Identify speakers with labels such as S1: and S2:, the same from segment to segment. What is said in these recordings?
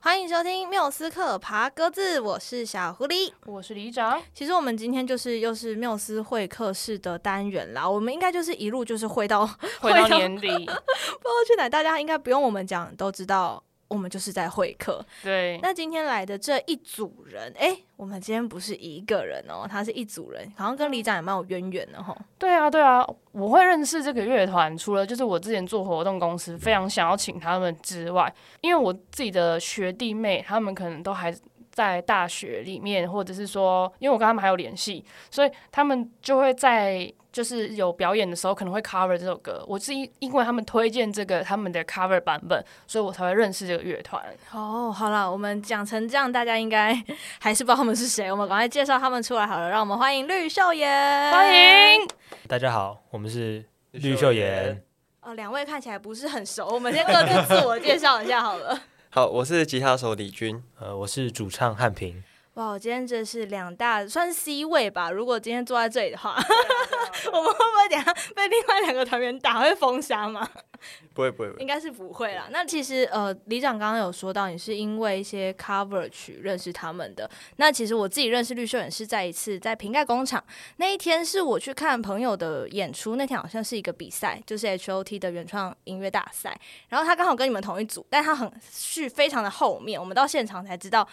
S1: 欢迎收听缪斯克爬格子，我是小狐狸。
S2: 我是李长，
S1: 其实我们今天就是又是缪斯会客室的单元啦，我们应该就是一路就是会到 不知
S2: 回
S1: 回
S2: 到
S1: 到
S2: 年 底，
S1: 道去哪，大家应该不用我们讲都知道。我们就是在会客。
S2: 对，
S1: 那今天来的这一组人，哎、我们今天不是一个人哦，他是一组人，好像跟里长也蛮有渊源的吼。
S2: 对啊，对啊，我会认识这个乐团，除了就是我之前做活动公司非常想要请他们之外，因为我自己的学弟妹他们可能都还在大学里面，或者是说，因为我跟他们还有联系，所以他们就会在就是有表演的时候可能会 cover 这首歌。我是因因为他们推荐这个他们的 cover 版本，所以我才会认识这个乐团。
S1: 哦，好了，我们讲成这样，大家应该还是不知道他们是谁，我们赶快介绍他们出来好了。让我们欢迎绿秀妍，
S2: 欢迎。
S3: 大家好，我们是绿秀妍。
S1: 哦，两位看起来不是很熟，我们先各自自我介绍一下好了。
S4: 好，我是吉他手李军。
S3: 呃，我是主唱汉平。
S1: 哇，我今天真是两大算是 C 位吧。如果今天坐在这里的话， 我们会不会等一下被另外两个团员打会封杀吗？
S4: 不会不会不
S1: 应
S4: 会，
S1: 该是不会啦。那其实呃，李长刚刚有说到，你是因为一些 cover 曲认识他们的。那其实我自己认识绿秀也是在一次在瓶盖工厂那一天，是我去看朋友的演出，那天好像是一个比赛，就是 H O T 的原创音乐大赛。然后他刚好跟你们同一组，但他很序非常的后面，我们到现场才知道。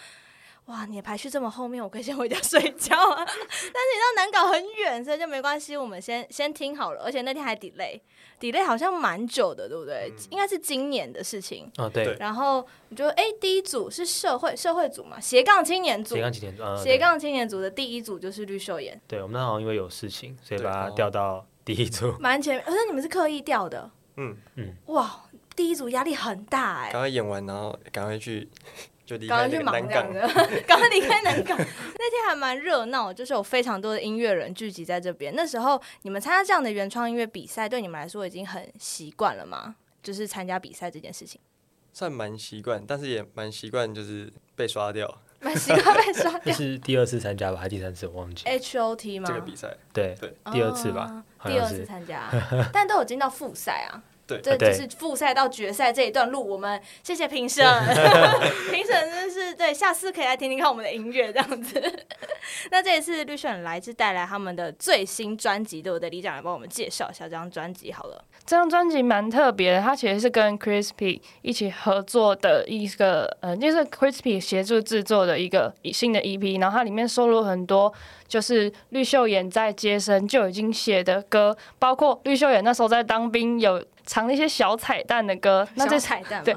S1: 哇，你的排序这么后面，我可以先回家睡觉啊！ 但是你知道南港很远，所以就没关系，我们先先听好了。而且那天还 delay，delay 好像蛮久的，对不对？应该是今年的事情。
S3: 哦，对
S4: 嗯对，
S1: 然后我觉得，哎，第一组是社会社会组嘛，斜杠青年组
S3: 斜，杠几点？
S4: 啊
S3: 呃，
S1: 斜杠青年组的第一组就是绿秀妍，
S3: 对。对，我们那好像因为有事情，所以
S4: 对
S3: 把它
S4: 哦
S3: 调到第一组。
S1: 蛮前面。可是你们是刻意调的，
S4: 嗯，
S1: 哇，第一组压力很大哎、
S4: 赶快演完，然后赶快去 就离
S1: 赶
S4: 开
S1: 快
S4: 那
S1: 去
S4: 个
S1: 忙
S4: 南
S1: 这样
S4: 港。
S1: 的，赶快离开南港。那天还蛮热闹，就是有非常多的音乐人聚集在这边。那时候你们参加这样的原创音乐比赛，对你们来说已经很习惯了吗？就是参加比赛这件事情，
S4: 算蛮习惯，但是也蛮习惯就是被刷掉
S1: 蛮习惯被刷
S3: 这
S1: 掉。
S3: 是第二次参加吧，还是第三次？我忘记。
S1: H O T 吗？
S4: 这个比赛。
S3: 对
S4: 对，
S3: 第二次吧
S1: 哦，
S3: 好
S1: 第
S3: 像
S1: 二次
S3: 是。
S1: 参 加，但都有进到复赛啊。
S4: 对
S1: 这
S3: 啊
S1: 就
S3: 对
S1: 是复赛到决赛这一段路，我们谢谢评 审，评审真的是对，下次可以来听听看我们的音乐这样子。 那这一次绿选来是带来他们的最新专辑，对不对？李长来帮我们介绍一下这张专辑好了。
S2: 这张专辑蛮特别的，它其实是跟 Crispy 一起合作的一个，呃，就是 Crispy 协助制作的一个新的 EP，然后它里面收录很多就是绿秀妍在接生就已经写的歌，包括绿秀妍那时候在当兵有藏了一些小彩蛋的歌。那这
S1: 小彩蛋嘛
S2: 对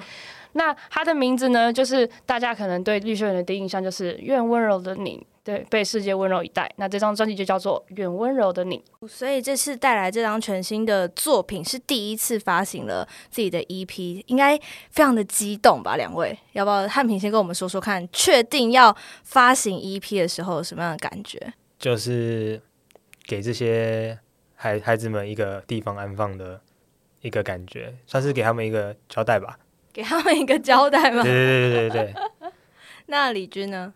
S2: 那它的名字呢，就是大家可能对绿秀妍的第一印象就是“愿温柔的你”，对，被世界温柔以待。那这张专辑就叫做《愿温柔的你》。
S1: 所以这次带来这张全新的作品是第一次发行了自己的 EP，应该非常的激动吧？两位，要不要汉平先跟我们说说看，确定要发行 EP 的时候有什么样的感觉？
S3: 就是给这些孩孩子们一个地方安放的一个感觉，算是给他们一个交代吧。
S1: 给他们一个交代吗
S3: 对？对对对对对，
S1: 那李军呢？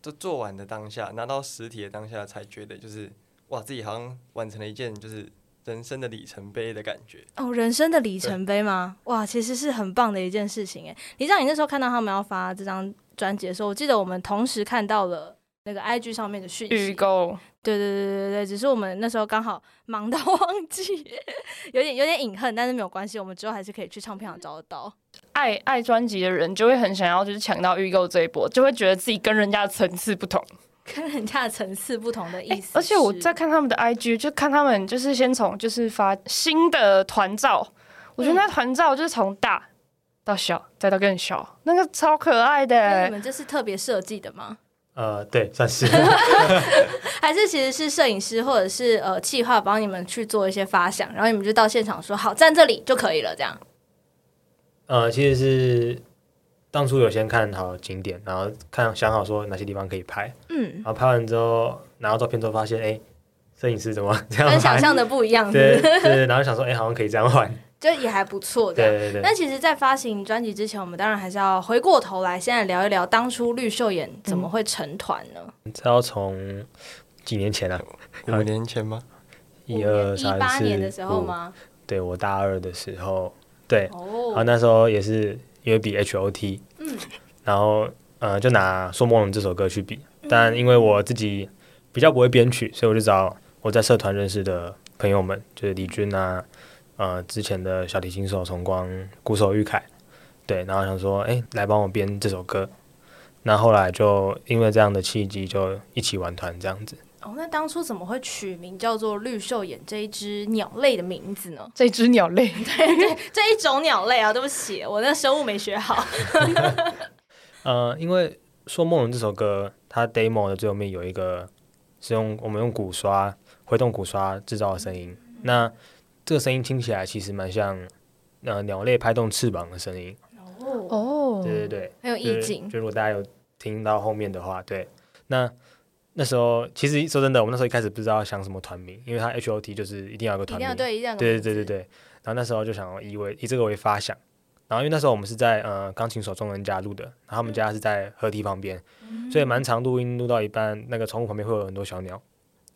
S4: 就做完的当下，拿到实体的当下，才觉得就是哇，自己好像完成了一件就是人生的里程碑的感觉。
S1: 哦，人生的里程碑吗？哇，其实是很棒的一件事情哎。李长，你那时候看到他们要发这张专辑的时候，我记得我们同时看到了那个 IG 上面的讯息
S2: 预，购
S1: 对对对对对，只是我们那时候刚好 忙到忘记， 有点有点隐恨，但是没有关系，我们之后还是可以去唱片行找得到。
S2: 爱爱专辑的人，就会很想要就是抢到预购这一波，就会觉得自己跟人家的层次不同。
S1: 跟人家的层次不同的意思、
S2: 而且我在，看他们的 IG，就看他们就是先从就是发新的团照，我
S1: 嗯
S2: 觉得那团照就是从大到小，再到更小，那个超可爱的、欸
S1: 那你们这是特别设计的吗？
S3: 呃，对，算是。
S1: 还是其实是摄影师或者是呃企划帮你们去做一些发想，然后你们就到现场说好站这里就可以了， 这样。
S3: 呃，其实是当初有先看好景点，然后看想好说哪些地方可以拍，
S1: 嗯
S3: 然，后拍完之后拿到照片之后发现，哎，摄影师怎么这样
S1: 跟想
S3: 拍？
S1: 象的不一样，
S3: 哦对对对，然后想说，哎，好像可以这样换。
S1: 就也还不错这样。
S3: 对对对，
S1: 但其实，在发行专辑之前，我们当然还是要回过头来，先来聊一聊当初绿秀妍怎么会成团呢？
S3: 这要从几年前啊，
S4: 五年前吗？
S3: 一二
S1: 一
S3: 三
S1: 八年的时
S3: 四
S1: 候
S3: 五，
S1: 吗？
S3: 对我大二的时候，对，然后
S1: 哦，
S3: 那时候也是因为比 HOT，嗯，然后呃就拿《说梦龙》这首歌去比，但因为我自己比较不会编曲，所以我就找我在社团认识的朋友们，就是李军啊，呃之前的小提琴手崇光、鼓手玉凯，对，然后想说哎来帮我编这首歌，那后来就因为这样的契机就一起玩团这样子。
S1: 哦，那当初怎么会取名叫做绿袖眼这一只鸟类的名字呢？
S2: 这只鸟 类，
S1: 这一种鸟类啊，对不起，我那生物没学 好。
S3: 呃，因为《说梦人》这首歌，它 demo 的最后面有一个是用我们用鼓刷挥动鼓刷制造的声音，那这个声音听起来其实蛮像呃鸟类拍动翅膀的声音，
S1: 哦，
S2: 哦
S3: 对对对，
S1: 很有
S3: 就
S1: 意
S3: 是
S1: 境。
S3: 就如果大家有听到后面的话，对，那那时候其实说真的，我们那时候一开始不知道想什么团名，因为它 H O T 就是一定要有个
S1: 一
S3: 团
S1: 定
S3: 名
S1: 要，对，一定要
S2: 嗯
S1: 有个
S3: 对
S1: 名
S3: 对对
S1: 字
S3: 对。对。然后那时候就想要以为以这个为发想，然后因为那时候我们是在呃钢琴手中人家录的，然后
S2: 嗯
S3: 他们家是在河堤旁边，所以蛮长录音录到一半，那个窗户旁边会有很多小鸟。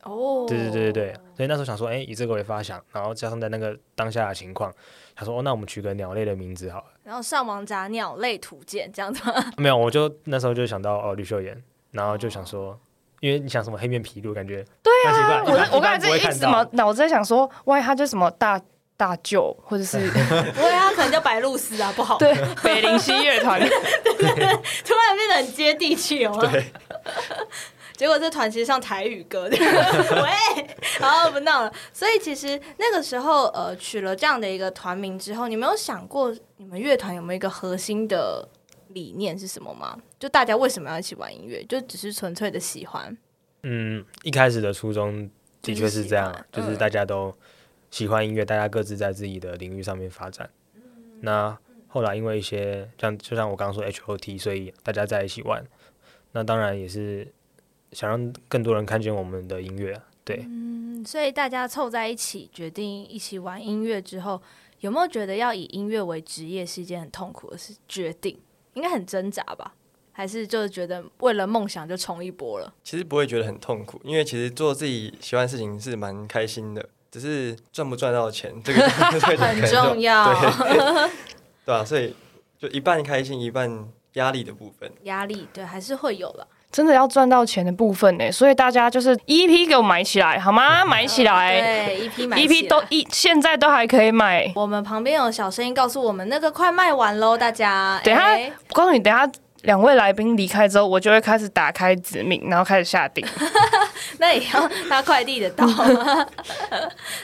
S1: 哦，
S3: 对对对对对，所以那时候想说，哎，以这个为发想，然后加上在那个当下的情况，想说哦，那我们取个鸟类的名字好了。
S1: 然后上网查鸟类图鉴这样子吗？
S3: 没有，我就那时候就想到哦绿袖眼，然后就想说，因为你想什么黑面琵鹭，感觉对啊
S2: 哦我我刚才
S3: 这
S2: 这一直脑脑子在想说，万一它就什么大大舅，或者是
S1: 不会啊，可能叫白露丝啊，不好。
S2: 对北林西乐团，
S1: 突然变得很接地气哦。
S3: 对。
S1: 结果这团其实上台语歌 的，喂，好不闹了。所以其实那个时候，呃，取了这样的一个团名之后，你没有想过你们乐团有没有一个核心的理念是什么吗？就大家为什么要一起玩音乐？就只是纯粹的喜欢。
S3: 嗯，一开始的初衷的确是这样，
S1: 就
S3: 就
S1: 喜欢嗯
S3: 是是大家都喜欢音乐，大家各自在自己的领域上面发展。
S1: 嗯
S3: 那后来因为一些像就像我刚刚说 HOT，所以大家在一起玩，那当然也是想让更多人看见我们的音乐啊。对，
S1: 嗯，所以大家凑在一起决定一起玩音乐之后，有没有觉得要以音乐为职业是一件很痛苦的事？决定应该很挣扎吧？还是就是觉得为了梦想就冲一波了？
S4: 其实不会觉得很痛苦，因为其实做自己喜欢的事情是蛮开心的，只是赚不赚到钱，这个这个可
S1: 很
S4: 能就
S1: 重要，
S4: 对 对啊，所以就一半开心，一半压力的部分。
S1: 压力对还是会有了。
S2: 真的要赚到钱的部分呢，所以大家就是 EP 给我买起来好吗？买起来
S1: 对，一批买起来
S2: ，EP E 都一现在都还可以买。
S1: 我们旁边有小声音告诉我们，那个快卖完喽，大家。
S2: 等一下
S1: 哎
S2: 我告诉你，等一下两位来宾离开之后，我就会开始打开指名，然后开始下定。
S1: 那也要搭快递的到。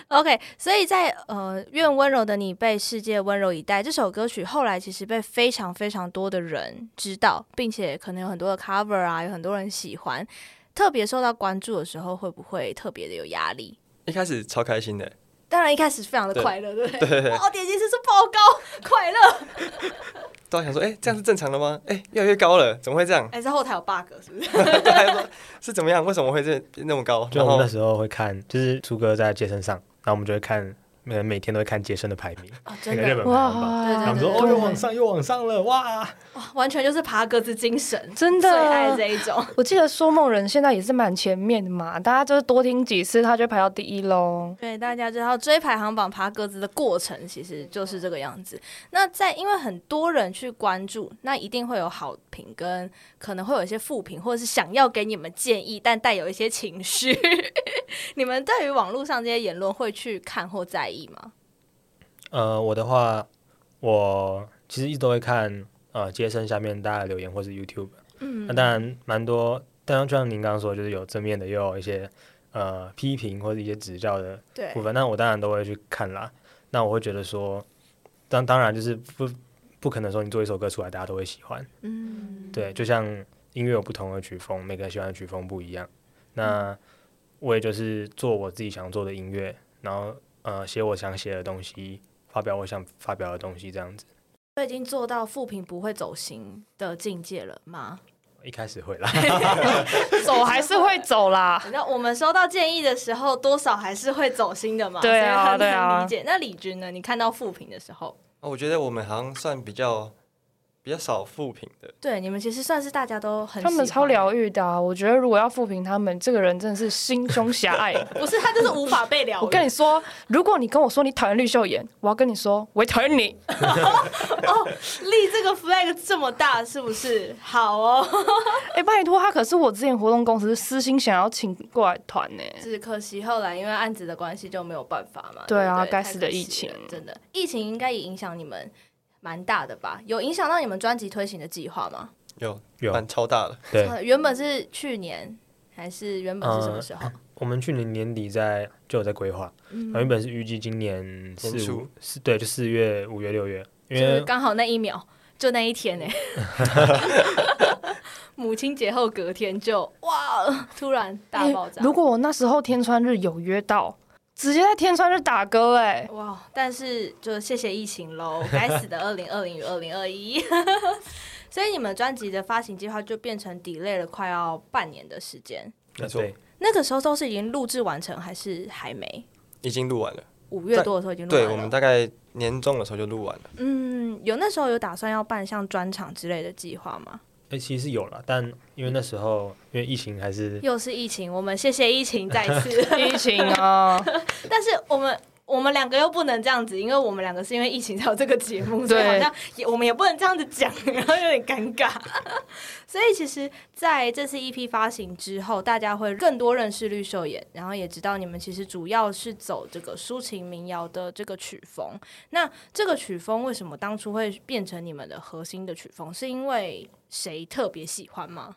S1: OK，所以在呃，愿温柔的你被世界温柔以待这首歌曲，后来其实被非常非常多的人知道，并且可能有很多的 cover 啊，有很多人喜欢。特别受到关注的时候，会不会特别的有压力？
S4: 一开始超开心的，
S1: 当然一开始非常的
S4: 对
S1: 快乐，对不
S4: 对
S1: 对？哇，点击次数爆高，快乐！
S4: 都想说，哎、这样是正常的吗？哎、越来越高了，怎么会这样？
S1: 哎，这后台有 bug 是不是？
S4: 对还说是怎么样？为什么会这那么高？
S3: 就
S4: 然
S3: 我们
S4: 后
S3: 那时候会看，就是朱哥在杰森上，然后我们就会看，每每天都会看杰森的排名，
S1: 啊，
S3: 那
S1: 真
S3: 个
S1: 的
S3: 日本排行榜。
S1: 对对对
S3: 他们说
S1: 对
S3: 哦，又往上，又往上了，哇！
S1: 哇 完全就是爬格子精神，
S2: 真
S1: 最爱
S2: 的
S1: 这。一种。
S2: 我记得说梦人现在也是蛮前面的嘛，大家就是多听几次，他就排到第一喽。
S1: 对，大家知道追排行榜爬格子的过程，其实就是这个样子。那在因为很多人去关注，那一定会有好评，跟可能会有一些负评，或者是想要给你们建议，但带有一些情绪。 你们对于网络上这些言论会去看或在意吗？
S3: 呃，我的话，我其实一直都会看呃接生下面大家的留言或是 YouTube。嗯，那当然蛮多，当然就像您刚刚说，就是有正面的，也有一些呃批评或者一些指教的
S1: 对
S3: 部分，那我当然都会去看啦。那我会觉得说，当当然就是不不可能说你做一首歌出来大家都会喜欢，
S1: 嗯，
S3: 对，就像音乐有不同的曲风，每个人喜欢的曲风不一样。那
S1: 嗯
S3: 我也就是做我自己想做的音乐，然后呃写我想写的东西，发表我想发表的东西，这样子。
S1: 都已经做到负评不会走心的境界了 吗？
S3: 一开始会啦，
S2: 走还是会走啦。
S1: 那我们收到建议的时候，多少还是会走心的嘛，
S2: 对啊
S1: 所以很
S2: 对啊
S4: 哦
S1: 难理解。那李军呢？你看到负评的时候，
S4: 我觉得我们好像算比较比较少负评的。
S1: 对，你们其实算是大家都很
S2: 他们
S1: 喜
S2: 超
S1: 欢
S2: 疗愈的啊！我觉得如果要复评他们，这个人真的是心胸狭 隘。
S1: 不是他就是无法 被疗愈。
S2: 我跟你说，如果你跟我说你讨厌绿秀妍，我要跟你说，我也讨厌你。
S1: 立这个 flag 这么大，是不是？好 哦，
S2: 哎、拜托，他可是我之前活动公司私心想要请过来团呢、
S1: 只可惜后来因为案子的关系就没有办法嘛。
S2: 对啊
S1: 不
S2: 该死的
S1: 太可惜
S2: 疫情
S1: 了真的，疫情应该也影响你们蛮大的吧？有影响到你们专辑推行的计划吗？
S4: 有
S3: 有
S4: 蛮超大的，
S3: 对，嗯
S1: 呃原本是去年还是原本是什么时候？
S3: 我们去年年底在就有在规划，
S1: 嗯
S3: 然后原本是预计今年四
S4: 年
S3: 五
S4: 初
S3: 四对，就四月、五月、六月，因
S1: 就是
S3: 为
S1: 嗯刚好那一秒，就那一 天呢、 母亲节后隔天就哇，突然大爆炸。
S2: 哎如果我那时候天川日有约到，直接在天川日打歌哎、
S1: 哇！但是就谢谢疫情 喽，该死的二零二零与二零二一， 所以你们专辑的发行计划就变成 delay 了快要半年的时间。
S4: 没错
S3: 呃对
S1: 那个时候都是已经录制完成还是还没？
S4: 已经录完了。
S1: 五月多的时候已经录完
S4: 对，
S1: 了。
S4: 我们大概年终的时候就录完了。
S1: 嗯，有那时候有打算要办像专场之类的计划吗？
S3: 哎、其实是有了，但因为那时候因为疫情还是
S1: 又是疫情，我们谢谢疫情再 次。
S2: 疫情啊，
S1: 但是我们我们两个又不能这样子，因为我们两个是因为疫情才有这个节目，所以好
S2: 对
S1: 像也我们也不能这样子讲， 然后有点尴尬。所以其实在这次 EP 发行之后，大家会更多认识绿秀妍，然后也知道你们其实主要是走这个抒情民谣的这个曲风。那这个曲风为什么当初会变成你们的核心的曲风？是因为谁特别喜欢吗？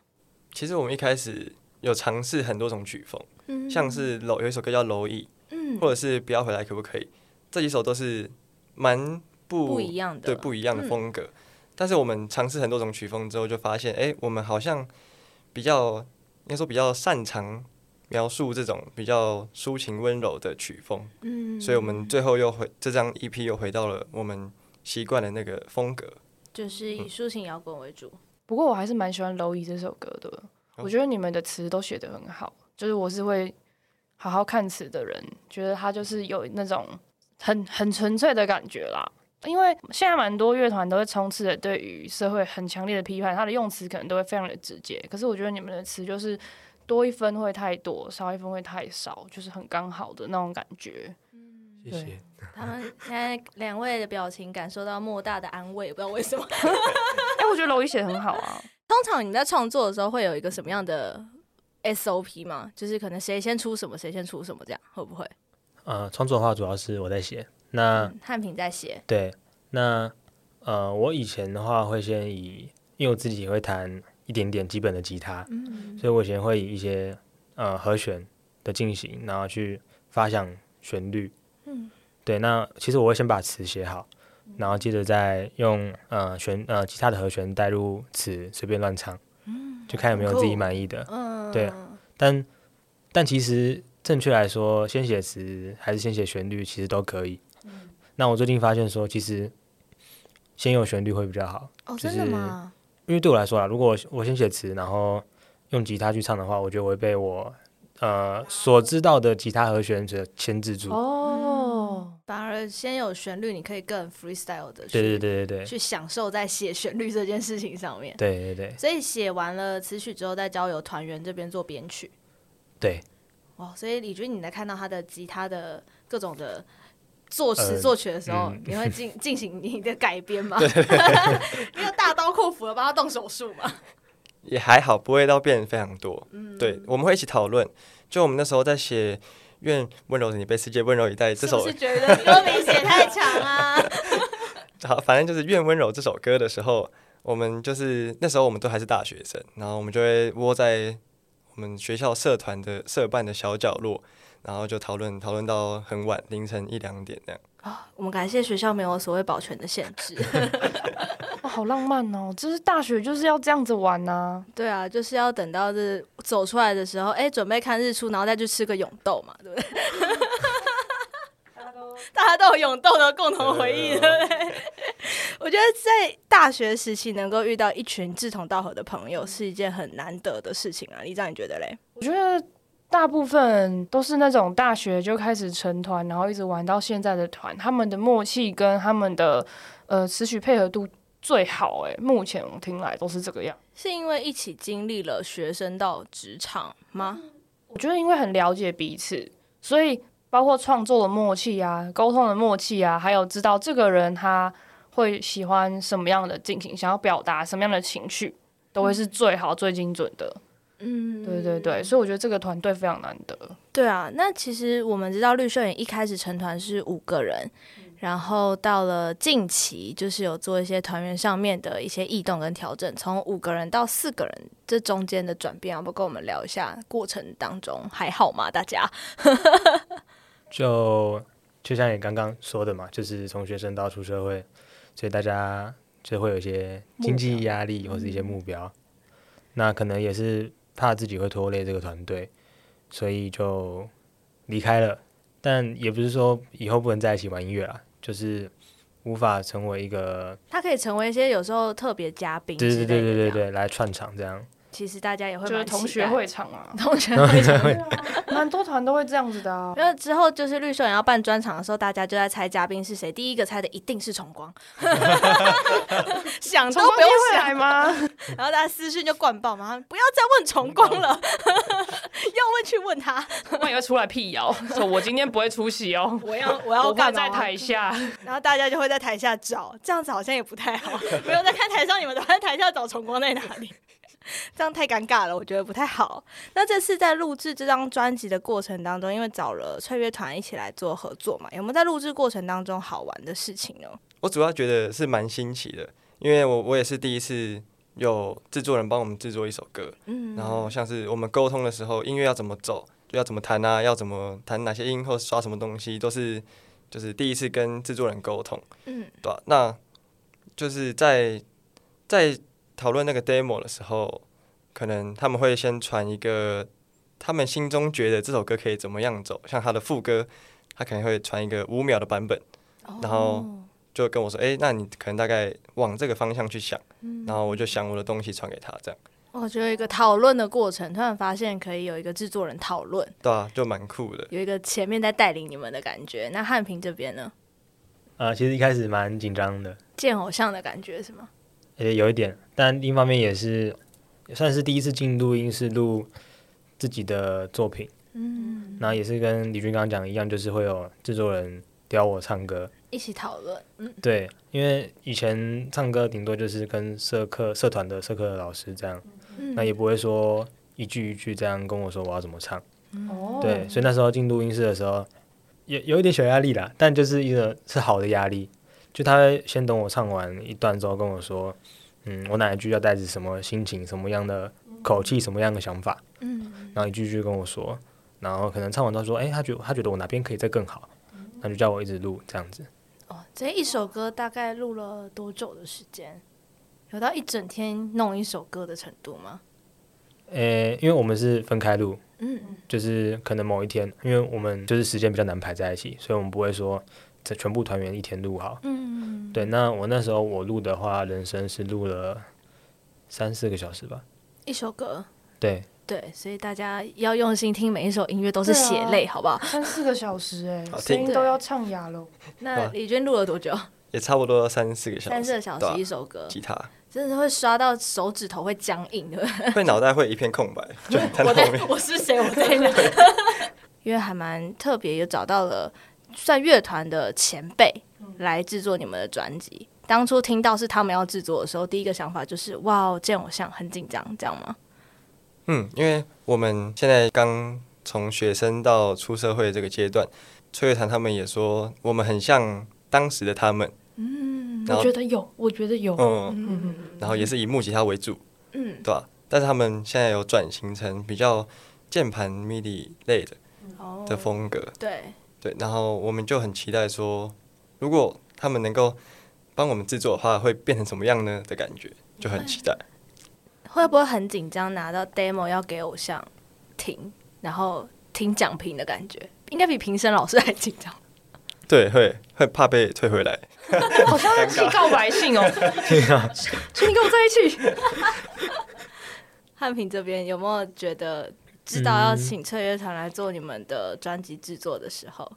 S4: 其实我们一开始有尝试很多种曲风，
S1: 嗯
S4: 像是楼有一首歌叫《蝼蚁》，
S1: 嗯
S4: 或者是《不要回来可不可以》，这几首都是蛮不
S1: 不一样的，嗯
S4: 对不一样的风格。但是我们尝试很多种曲风之后，就发现，哎、我们好像比较应该说比较擅长描述这种比较抒情温柔的曲风，
S1: 嗯
S4: 所以我们最后又回这张 EP 又回到了我们习惯的那个风格。
S1: 就是以抒情摇滚为主。
S2: 不过我还是蛮喜欢《蝼蚁》这首歌的，我觉得你们的词都写得很好，就是我是会好好看词的人，觉得他就是有那种很很纯粹的感觉啦。因为现在蛮多乐团都会充斥着对于社会很强烈的批判，他的用词可能都会非常的直接，可是我觉得你们的词就是多一分会太多，少一分会太少，就是很刚好的那种感觉。
S3: 谢
S2: 对
S3: 谢
S1: 他们现在两位的表情感受到莫大的安慰，不知道为什么。
S2: 哎、我觉得蝼蚁写得很好啊。
S1: 通常你们在创作的时候会有一个什么样的 SOP 吗？就是可能谁先出什么，谁先出什么，这样会不会？
S3: 呃，创作的话主要是我在写，那、
S1: 嗯，汉平在写，
S3: 对，那呃，我以前的话会先以，因为我自己也会弹一点点基本的吉他，
S1: 嗯
S3: 所以我以前会以一些呃和弦的进行，然后去发想旋律。
S1: 嗯，
S3: 对，那其实我会先把词写好，然后接着再用呃旋呃吉他的和弦带入词，随便乱唱，就看有没有自
S1: 嗯
S3: 己
S1: 酷
S3: 满意的。
S1: 嗯，
S3: 对但但其实正确来说，先写词还是先写旋律，其实都可以。那我最近发现说，其实先有旋律会比较好，
S1: 哦，
S3: 就
S1: 真的
S3: 是
S1: 吗？
S3: 因为对我来说啊，如果我我先写词，然后用吉他去唱的话，我觉得我会被我呃所知道的吉他和弦所牵制住。
S2: 哦，
S1: 反而先有旋律，你可以更 freestyle 的去
S3: 对对对对对
S1: 去享受在写旋律这件事情上面。
S3: 对对对
S1: 所以写完了词曲之后，再交由团员这边做编曲。
S3: 对，
S1: 哦，所以李军，你在看到他的吉他的各种的作词
S3: 呃
S1: 作曲的时候，
S3: 嗯
S1: 你会进 进行你的改编吗？ 因为大刀阔斧的帮他动手术嘛。
S4: 也还好，不会到变非常多。
S1: 嗯
S4: 对，我们会一起讨论。就我们那时候在写《愿温柔的你被世界温柔以待》这
S1: 是不
S4: 首
S1: 是觉得 歌名写太长啊？
S4: 好，反正就是《愿温柔》这首歌的时候，我们就是那时候我们都还是大学生，然后我们就会窝在我们学校社团的社办的小角落，然后就讨论讨论到很晚，凌晨一两点这样。
S1: 我们感谢学校没有所谓保全的限制。
S2: 哇好浪漫哦！就是大学就是要这样子玩呐、
S1: 对啊，就是要等到这走出来的时候，哎、准备看日出，然后再去吃个永豆嘛，对不对？ 大家都有永豆的共同回忆，对啊不对？ 我觉得在大学时期能够遇到一群志同道合的朋友是一件很难得的事情啊，李长你觉得嘞？
S2: 我觉得大部分都是那种大学就开始成团，然后一直玩到现在的团，他们的默契跟他们的呃词曲配合度最好哎、目前我听来都是这个样。
S1: 是因为一起经历了学生到职场吗？
S2: 我觉得因为很了解彼此，所以包括创作的默契啊、沟通的默契啊，还有知道这个人他会喜欢什么样的进行，想要表达什么样的情绪，都会是最好、最精准的。
S1: 嗯，
S2: 对对对，所以我觉得这个团队非常难得。
S1: 对啊，那其实我们知道绿秀眼一开始成团是五个人，然后到了近期就是有做一些团员上面的一些异动跟调整，从五个人到四个人这中间的转变，要不跟我们聊一下过程当中还好吗？大家
S3: 就就像你刚刚说的嘛，就是从学生到出社会，所以大家就会有一些经济压力或是一些目标，那可能也是怕自己会拖累这个团队，所以就离开了。但也不是说以后不能在一起玩音乐啦，就是无法成为一个
S1: 他可以成为一些有时候特别嘉宾之
S3: 对
S1: 类
S3: 对
S1: 的，
S3: 对对对，对来串场这样。
S1: 其实大家也会
S2: 就是
S1: 蛮
S2: 同
S1: 期
S2: 学
S1: 待，
S2: 会场啊
S1: 同学会 成
S2: 对啊 蛮多团都会这样子的啊。
S1: 然后之后就是绿秀也要办专场的时候，大家就在猜嘉宾是谁，第一个猜的一定是崇 光， 想都
S2: 崇光
S1: 不用
S2: 今天
S1: 想
S2: 会来。啊吗？
S1: 然后大家私讯就灌爆嘛，不要再问
S2: 嗯
S1: 崇光了， 要问去问他。
S2: 我也会出来辟 谣，说我今天不会出席哦，
S1: 我要 我
S2: 我
S1: 要
S2: 会
S1: 干
S2: 在
S1: 嘛？
S2: 台下。
S1: 然后大家就会在台下找，这样子好像也不太好。没有在看台上，你们都在台下找崇光在哪里， 这样太尴尬了，我觉得不太好。那这次在录制这张专辑的过程当中，因为找了翠乐团一起来做合作嘛，有没有在录制过程当中好玩的事情呢？
S4: 我主要觉得是蛮新奇的，因为我我也是第一次有制作人帮我们制作一首歌，
S1: 嗯，
S4: 然后像是我们沟通的时候，音乐要怎么走，就要怎么弹啊，要怎么弹哪些音或刷什么东西，都是就是第一次跟制作人沟通，
S1: 嗯，
S4: 对吧、那就是在在讨论那个 demo 的时候，可能他们会先传一个他们心中觉得这首歌可以怎么样走，像他的副歌，他可能会传一个五秒的版本，
S1: 哦
S4: 然后就跟我说，哎、那你可能大概往这个方向去想，
S1: 嗯
S4: 然后我就想我的东西传给他，这样
S1: 我觉哦得一个讨论的过程，突然发现可以有一个制作人讨论，
S4: 对啊，就蛮酷的。
S1: 有一个前面在带领你们的感觉。那汉平这边呢，
S3: 呃，其实一开始蛮紧张的，
S1: 见偶像的感觉是吗？
S3: 也有一点，但另一方面也是也算是第一次进录音室录自己的作品，
S1: 嗯，
S3: 然后也是跟李军刚刚讲的一样，就是会有制作人邀我唱歌，
S1: 一起讨论，嗯，
S3: 对，因为以前唱歌顶多就是跟社课社团的社课的老师这样，那也不会说一句一句这样跟我说我要怎么唱，
S2: 哦
S3: 对，所以那时候进录音室的时候有有一点小压力啦，但就是一个是好的压力，就他会先等我唱完一段之后跟我说，嗯，我哪一句要带着什么心情、什么样的口气、什么样的想法，
S1: 嗯，
S3: 然后一句一句跟我说，然后可能唱完他说，哎、他觉他觉得我哪边可以再更好，那就叫我一直录这样子。
S1: 哦，这一首歌大概录了多久的时间？有到一整天弄一首歌的程度吗？
S3: 诶、呃因为我们是分开录，
S1: 嗯，
S3: 就是可能某一天，因为我们就是时间比较难排在一起，所以我们不会说这全部团员一天录好。
S1: 嗯，
S3: 对，那我那时候我录的话，人生是录了三四个小时吧。
S1: 一首歌，
S3: 对，
S1: 对，所以大家要用心听每一首音乐，都是
S2: 对啊
S1: 血泪，好不好？
S2: 三四个小时哎、
S4: 好
S2: 声
S4: 听
S2: 音都要唱哑了。
S1: 那
S4: 啊
S1: 李娟录了多久？
S4: 也差不多三四个小时，
S1: 三四个小
S4: 对啊
S1: 时一首歌，
S4: 吉他，
S1: 真的会刷到手指头会僵硬的。
S4: 会脑袋会一片 空白，就很看后面。
S1: 我是谁？我在哪？ 因为还蛮特别，有找到了算乐团的前辈来制作你们的专辑。当初听到是他们要制作的时候，第一个想法就是哇，哦见偶像很紧张，这样吗？
S4: 嗯，因为我们现在刚从学生到出社会这个阶段，崔乐团他们也说我们很像当时的他们，嗯，然后
S2: 得有，我觉得有
S4: 嗯，然后也是以木吉他为主，
S1: 嗯，
S4: 对吧、但是他们现在有转型成比较键盘 MIDI 类的
S1: 哦
S4: 的风格，
S1: 对，
S4: 对，然后我们就很期待说，如果他们能够帮我们制作的话，会变成什么样呢的感觉，就很期待。
S1: 会不会很紧张？拿到 demo 要给偶像听，然后听讲评的感觉，应该比评审老师还紧张。
S4: 对，会会怕被退回来。
S2: 好像在寄告白信哦，请你跟我在一起。
S1: 汉平这边有没有觉得知
S4: 嗯
S1: 道要请翠乐团来做你们的专辑制作的时候，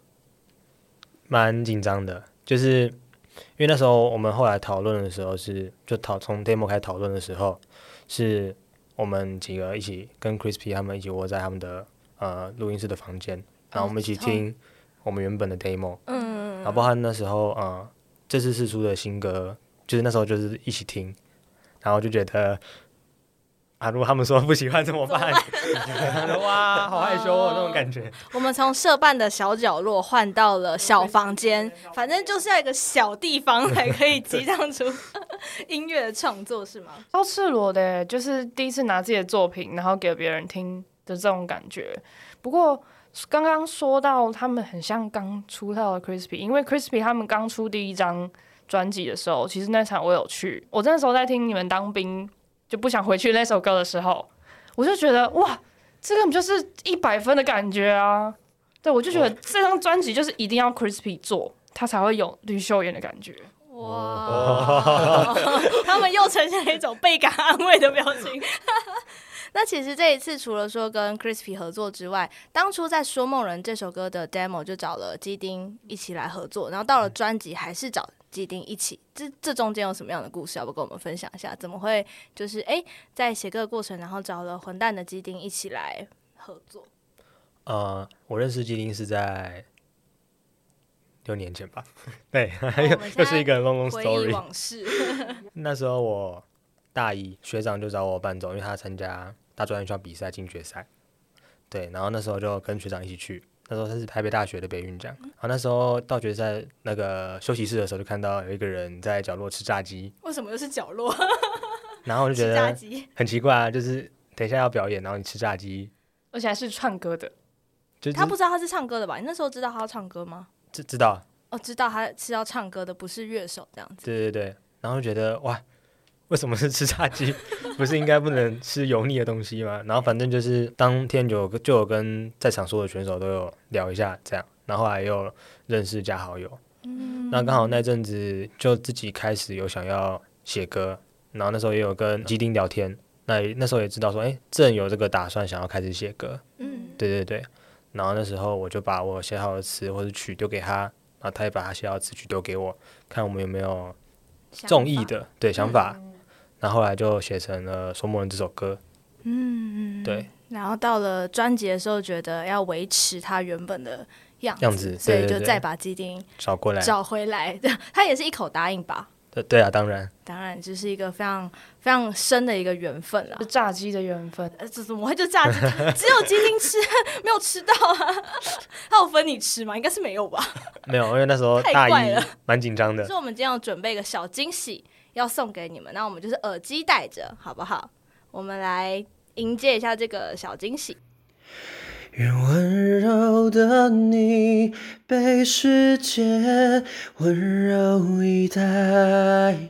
S3: 蛮紧张的，就是因为那时候我们后来讨论的时候是，就讨从 demo 开始讨论的时候，是我们几个一起跟 Crispy 他们一起窝在他们的呃录音室的房间，然后我们一起听我们原本的 demo，、
S1: 嗯，
S3: 然后包含那时候呃这次试出的新歌，就是那时候就是一起听，然后就觉得。啊！如果他们说不喜欢怎么办？ 哇，好害羞哦，那种感觉。
S1: 我们从社办的小角落换到了小房间，反正就是要一个小地方才可以激荡出 音乐的创作，是吗？
S2: 超赤裸的耶，就是第一次拿自己的作品，然后给别人听的这种感觉。不过刚刚说到他们很像刚出道的 Crispy，因为 Crispy 他们刚出第一张专辑的时候，其实那场我有去，我那时候在听你们当兵就不想回去那首歌的时候，我就觉得哇，这根本就是一百分的感觉啊！对，我就觉得这张专辑就是一定要 Crispy 做，他才会有吕秀妍的感觉。
S1: 哇！他们又呈现了一种倍感安慰的表情。 那其实这一次除了说跟 Crispy 合作之外，当初在《说梦人》这首歌的 demo 就找了基丁一起来合作，然后到了专辑还是找基丁一起。这这中间有什么样的故事？要不跟我们分享一下？怎么会就是哎、在写歌的过程，然后找了混蛋的基丁一起来合 作？
S3: 呃，我认识基丁是在六年前吧， 对，
S1: 哦我们
S3: 又
S1: 现
S3: 是
S1: 在
S3: 一个 long long
S1: 回忆
S3: story。
S1: 往事，
S3: 那时候我大一，学长就找我伴奏，因为他参加大专院校比赛进决赛，对，然后那时候就跟学长一起去。那时候他是台北大学的北运奖，
S1: 嗯
S3: 然后那时候到决赛那个休息室的时候，就看到有一个人在角落吃炸鸡，
S1: 为什么又是角落？
S3: 然后我就觉
S1: 吃炸
S3: 得
S1: 鸡。
S3: 很奇怪啊，就是等一下要表演，然后你吃炸鸡，
S2: 而且还是唱歌的，
S3: 就
S1: 他不
S3: 知
S1: 知道他是唱歌的吧？你那时候知道他要唱歌吗？
S3: 知知道，
S1: 哦，知道他是要唱歌的，不是乐手这样子。
S3: 对对对，然后觉得哇，为什么是吃炸鸡？ 不是应该不能吃油腻的东西吗？然后反正就是当天就有跟就有跟在场所有的选手都有聊一下这样，然后后来又认识加好友。
S1: 嗯
S3: 那刚好那阵子就自己开始有想要写歌，然后那时候也有跟基丁聊天，那也那时候也知道说，哎，正有这个打算想要开始写歌，
S1: 嗯，
S3: 对对对。然后那时候我就把我写好的词或者曲丢给他，然后他也把他写好的词曲丢给我，看我们有没有中意的对想法，嗯然后后来就写成了《说梦人》这首歌。
S1: 嗯，嗯，
S3: 对，
S1: 然后到了专辑的时候，觉得要维持他原本的样
S3: 样子
S1: 所以
S3: 对对
S1: 就
S3: 对
S1: 再把基丁
S3: 找过来，
S1: 找回来。 他也是一口答应吧？
S3: 对对啊，当然，
S1: 当然，这是一个非常非常深的一个缘分啦
S2: 是。炸鸡的缘分。
S1: 呃，这怎么会就炸鸡？ 只有鸡丁吃， 没有吃到啊？ 他有分你吃吗？应该是没有吧？
S3: 没有，因为那时 候
S1: 太
S3: 大
S1: 怪
S3: 一
S1: 了
S3: 蛮紧张的
S1: 所以，我们今天要准备一个小惊喜要送给你们，那我们就是耳机戴着，好不好？我们来迎接一下这个小惊喜。
S5: 愿温柔的你被世界温柔以待。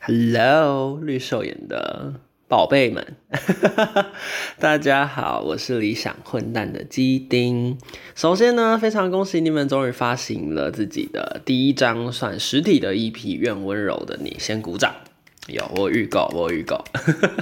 S5: Hello，绿兽眼的宝贝们， 大家好，我是理想混蛋的基丁。首先呢，非常恭喜你们终于发行了自己的第一张算实体的 EP《愿温柔的你》，先鼓掌。有我有预告，我有预告。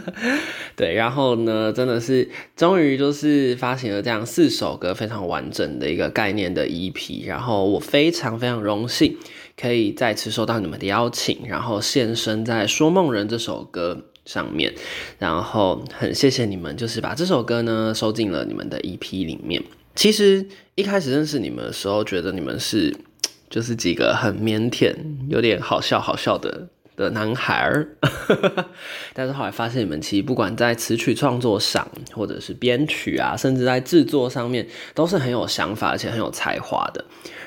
S5: 对，然后呢，真的是终于就是发行了这样四首歌非常完整的一个概念的 EP，然后我非常非常荣幸可以再次收到你们的邀请，然后现身在《说梦人》这首歌上面，然后很谢谢你们，就是把这首歌呢收进了你们的 EP 里面。其实一开始认识你们的时候，觉得你们是就是几个很腼腆、有点好笑好笑的的男孩儿，但是后来发现你们其实不管在词曲创作上，或者是编曲啊，甚至在制作上面，都是很有想法而且很有才华的。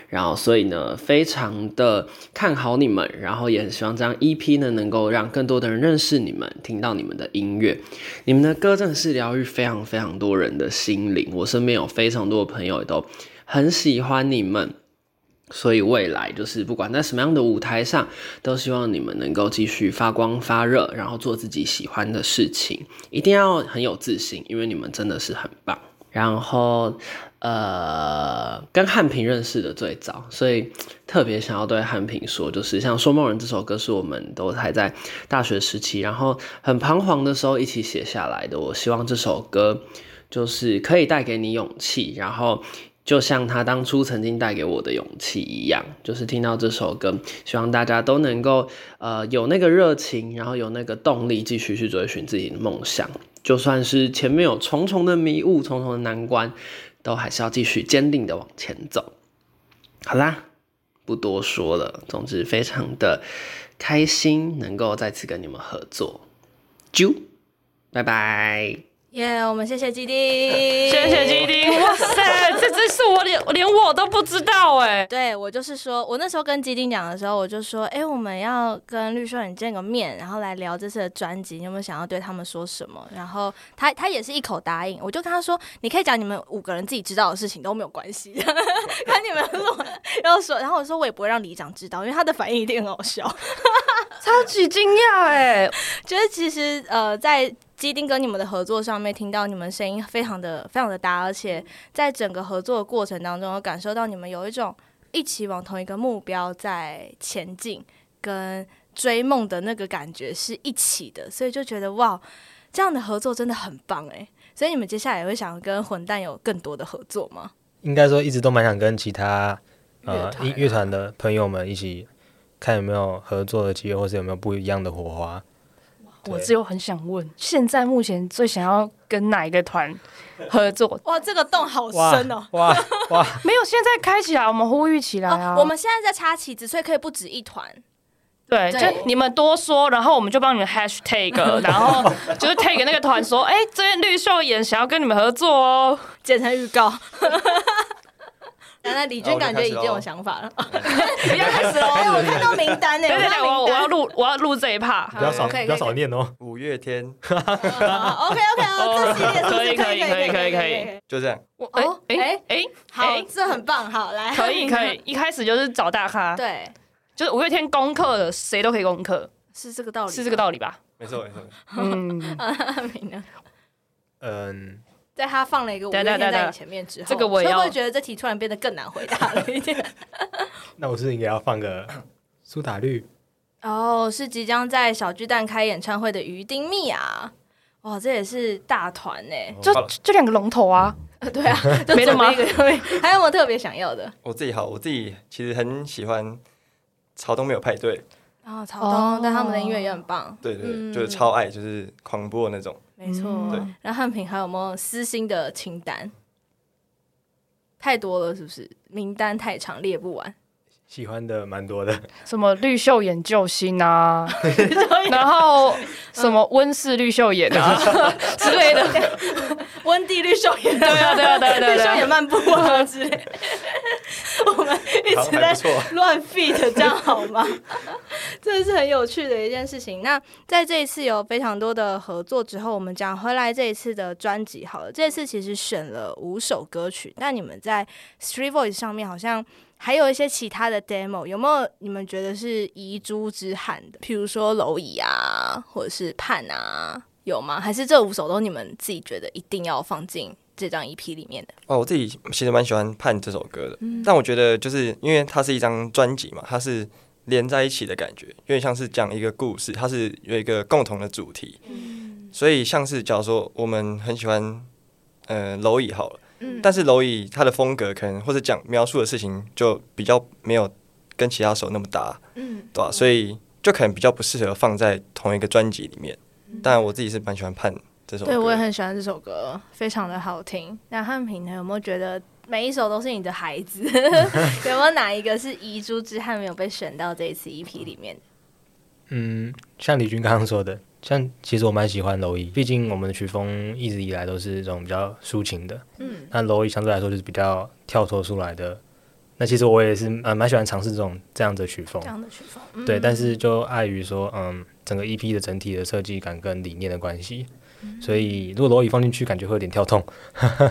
S5: 然后所以呢，非常的看好你们，然后也很希望这张 EP 呢，能够让更多的人认识你们，听到你们的音乐。你们的歌真的是疗愈非常非常多人的心灵，我身边有非常多的朋友也都很喜欢你们。所以未来就是不管在什么样的舞台上，都希望你们能够继续发光发热，然后做自己喜欢的事情，一定要很有自信，因为你们真的是很棒。然后，呃，跟汉平认识的最早，所以特别想要对汉平说，就是像《说梦人》这首歌是我们都还在大学时期，然后很彷徨的时候一起写下来的。我希望这首歌就是可以带给你勇气，然后就像他当初曾经带给我的勇气一样，就是听到这首歌，希望大家都能够呃有那个热情，然后有那个动力，继续去追寻自己的梦想。就算是前面有重重的迷雾、重重的难关，都还是要继续坚定的往前走。好啦，不多说了，总之非常的开心能够再次跟你们合作，啾，拜拜。
S1: 耶、我们谢谢基地，
S2: 谢谢基。丁，哇塞，这真是我连连我都不知道哎、
S1: 对我就是说，我那时候跟基丁讲的时候，我就说，哎、我们要跟绿秀人见个面，然后来聊这次的专辑，你有没有想要对他们说什么？然后他他也是一口答应，我就跟他说，你可以讲你们五个人自己知道的事情都没有关系， 看你们如果要说。然后我说我也不会让里长知道，因为他的反应一定很好笑。
S2: 超级惊讶哎，
S1: 觉得其实呃，在基丁跟你们的合作上面，听到你们声音非常的非常的搭，而且在整个合作的过程当中，有感受到你们有一种一起往同一个目标在前进，跟追梦的那个感觉是一起的，所以就觉得哇，这样的合作真的很棒哎。所以你们接下来也会想要跟混蛋有更多的合作吗？
S3: 应该说一直都蛮想跟其他
S2: 乐
S3: 呃
S2: 团
S3: 音乐团的朋友们一起看有没有合作的机会，或是有没有不一样的火花。
S2: 我只有很想问，现在目前最想要跟哪一个团 合作？
S1: 哇，这个洞好
S3: 哇
S1: 深哦！
S3: 哇哇！
S2: 没有，现在开起来，我们呼吁起来啊！
S1: 哦，我们现在在插旗子，所以可以不止一团。
S2: 对，
S1: 对
S2: 就你们多说，然后我们就帮你们 hashtag，然后就是 tag 那个团说，哎、这边绿秀眼想要跟你们合作哦。
S1: 剪成预告。那那李军
S4: 好
S1: 感觉已经
S4: 我就开始
S1: 有
S4: 咯
S1: 想 法了， 不要开始喽！哦哎我看到名单呢，
S2: 对对对，我我要
S1: 我
S2: 录我要录这一 part。
S3: 不要少
S1: 可以可以
S3: 不要少念哦。
S4: 五月天
S1: OK OK，这系哦列是不
S2: 可
S1: 是
S2: 以可以
S1: 可以
S2: 可以
S1: 可
S2: 可以
S1: 以。
S4: 就这样，
S2: 我哎
S1: 哦
S2: 哎哎
S1: 好，
S2: 哎，
S1: 这很棒，好来，
S2: 可以可以，一开始就是找大咖，
S1: 对，
S2: 就是五月天攻克了，谁都可以攻克，
S1: 是这个道理，
S2: 是这个道理吧？
S4: 没错没错。
S2: 嗯，
S1: 理。呢？
S3: 嗯，
S1: 在他放了一个五月
S2: 对对
S1: 天
S2: 对
S1: 在你
S2: 对
S1: 前面之后，
S2: 这个我
S1: 所以
S2: 要
S1: 会觉得这题突然变得更难回答了一点。
S3: 那我是不是应该要放个苏打绿。
S1: 哦，是即将在小巨蛋开演唱会的于丁密啊，哇，这也是大团欸呢。
S2: 就就两个龙头啊，
S1: 对 啊，就 准
S2: 没了
S1: 备
S2: 吗
S1: 一个对 还有没有特别想要的？
S4: 我自己好，我自己其实很喜欢朝东没有派对，
S1: 啊、草
S2: 哦
S1: 东，但他们的音乐也很棒，
S4: 对对，
S1: 嗯
S4: 对，就是超爱，就是狂播那种。
S1: 没错。
S2: 嗯
S1: 然后汉平还有没有私心的清单？太多了，是不是？名单太长，列不完。
S3: 喜欢的蛮多的，
S2: 什么绿袖眼救星 啊，然后什么温室绿袖眼啊 之类的，
S1: 温蒂绿袖眼，对
S2: 啊对啊对啊对啊
S1: 绿
S2: 对啊
S1: 袖眼漫步啊之类。 我们一
S4: 好
S1: 直在
S4: 还不错
S1: 乱 fit，这样好吗？ 这是很有趣的一件事情。那在这一次有非常多的合作之后，我们讲回来这一次的专辑好了。这次其实选了五首歌曲，但你们在 Street Voice 上面好像还有一些其他的 demo，有没有你们觉得是遗珠之憾的？譬如说蝼蚁啊，或者是盼啊，有吗？还是这五首都你们自己觉得一定要放进这张 EP 里面的？
S4: 哦，我自己其实蛮喜欢《盼》这首歌的，
S1: 嗯
S4: 但我觉得就是因为它是一张专辑嘛，它是连在一起的感觉，有点像是讲一个故事，它是有一个共同的主题，
S1: 嗯
S4: 所以像是假如说我们很喜欢呃蝼蚁好了，
S1: 嗯
S4: 但是蝼蚁它的风格可能或者讲描述的事情就比较没有跟其他手那么搭，
S1: 嗯，
S4: 对吧、所以就可能比较不适合放在同一个专辑里面，但我自己是蛮喜欢《盼》这首歌
S1: 嗯对
S4: 的，
S1: 我也很喜欢这首歌，非常的好听。那汉平呢，有没有觉得每一首都是你的孩 子？有没有哪一个是遗珠之憾没有被选到这一次 EP 里面的？
S3: 嗯，像李军刚刚说的，像其实我蛮喜欢蝼蚁，毕竟我们的曲风一直以来都是这种比较抒情的，
S1: 嗯，
S3: 那蝼蚁相对来说就是比较跳脱出来的。那其实我也是呃蛮喜欢尝试这种这样的曲风
S1: 这，样的曲风，嗯
S3: 对，但是就碍于说，嗯，整个 EP 的整体的设计感跟理念的关系，所以如果蝼蚁放进去，感觉会有点跳痛。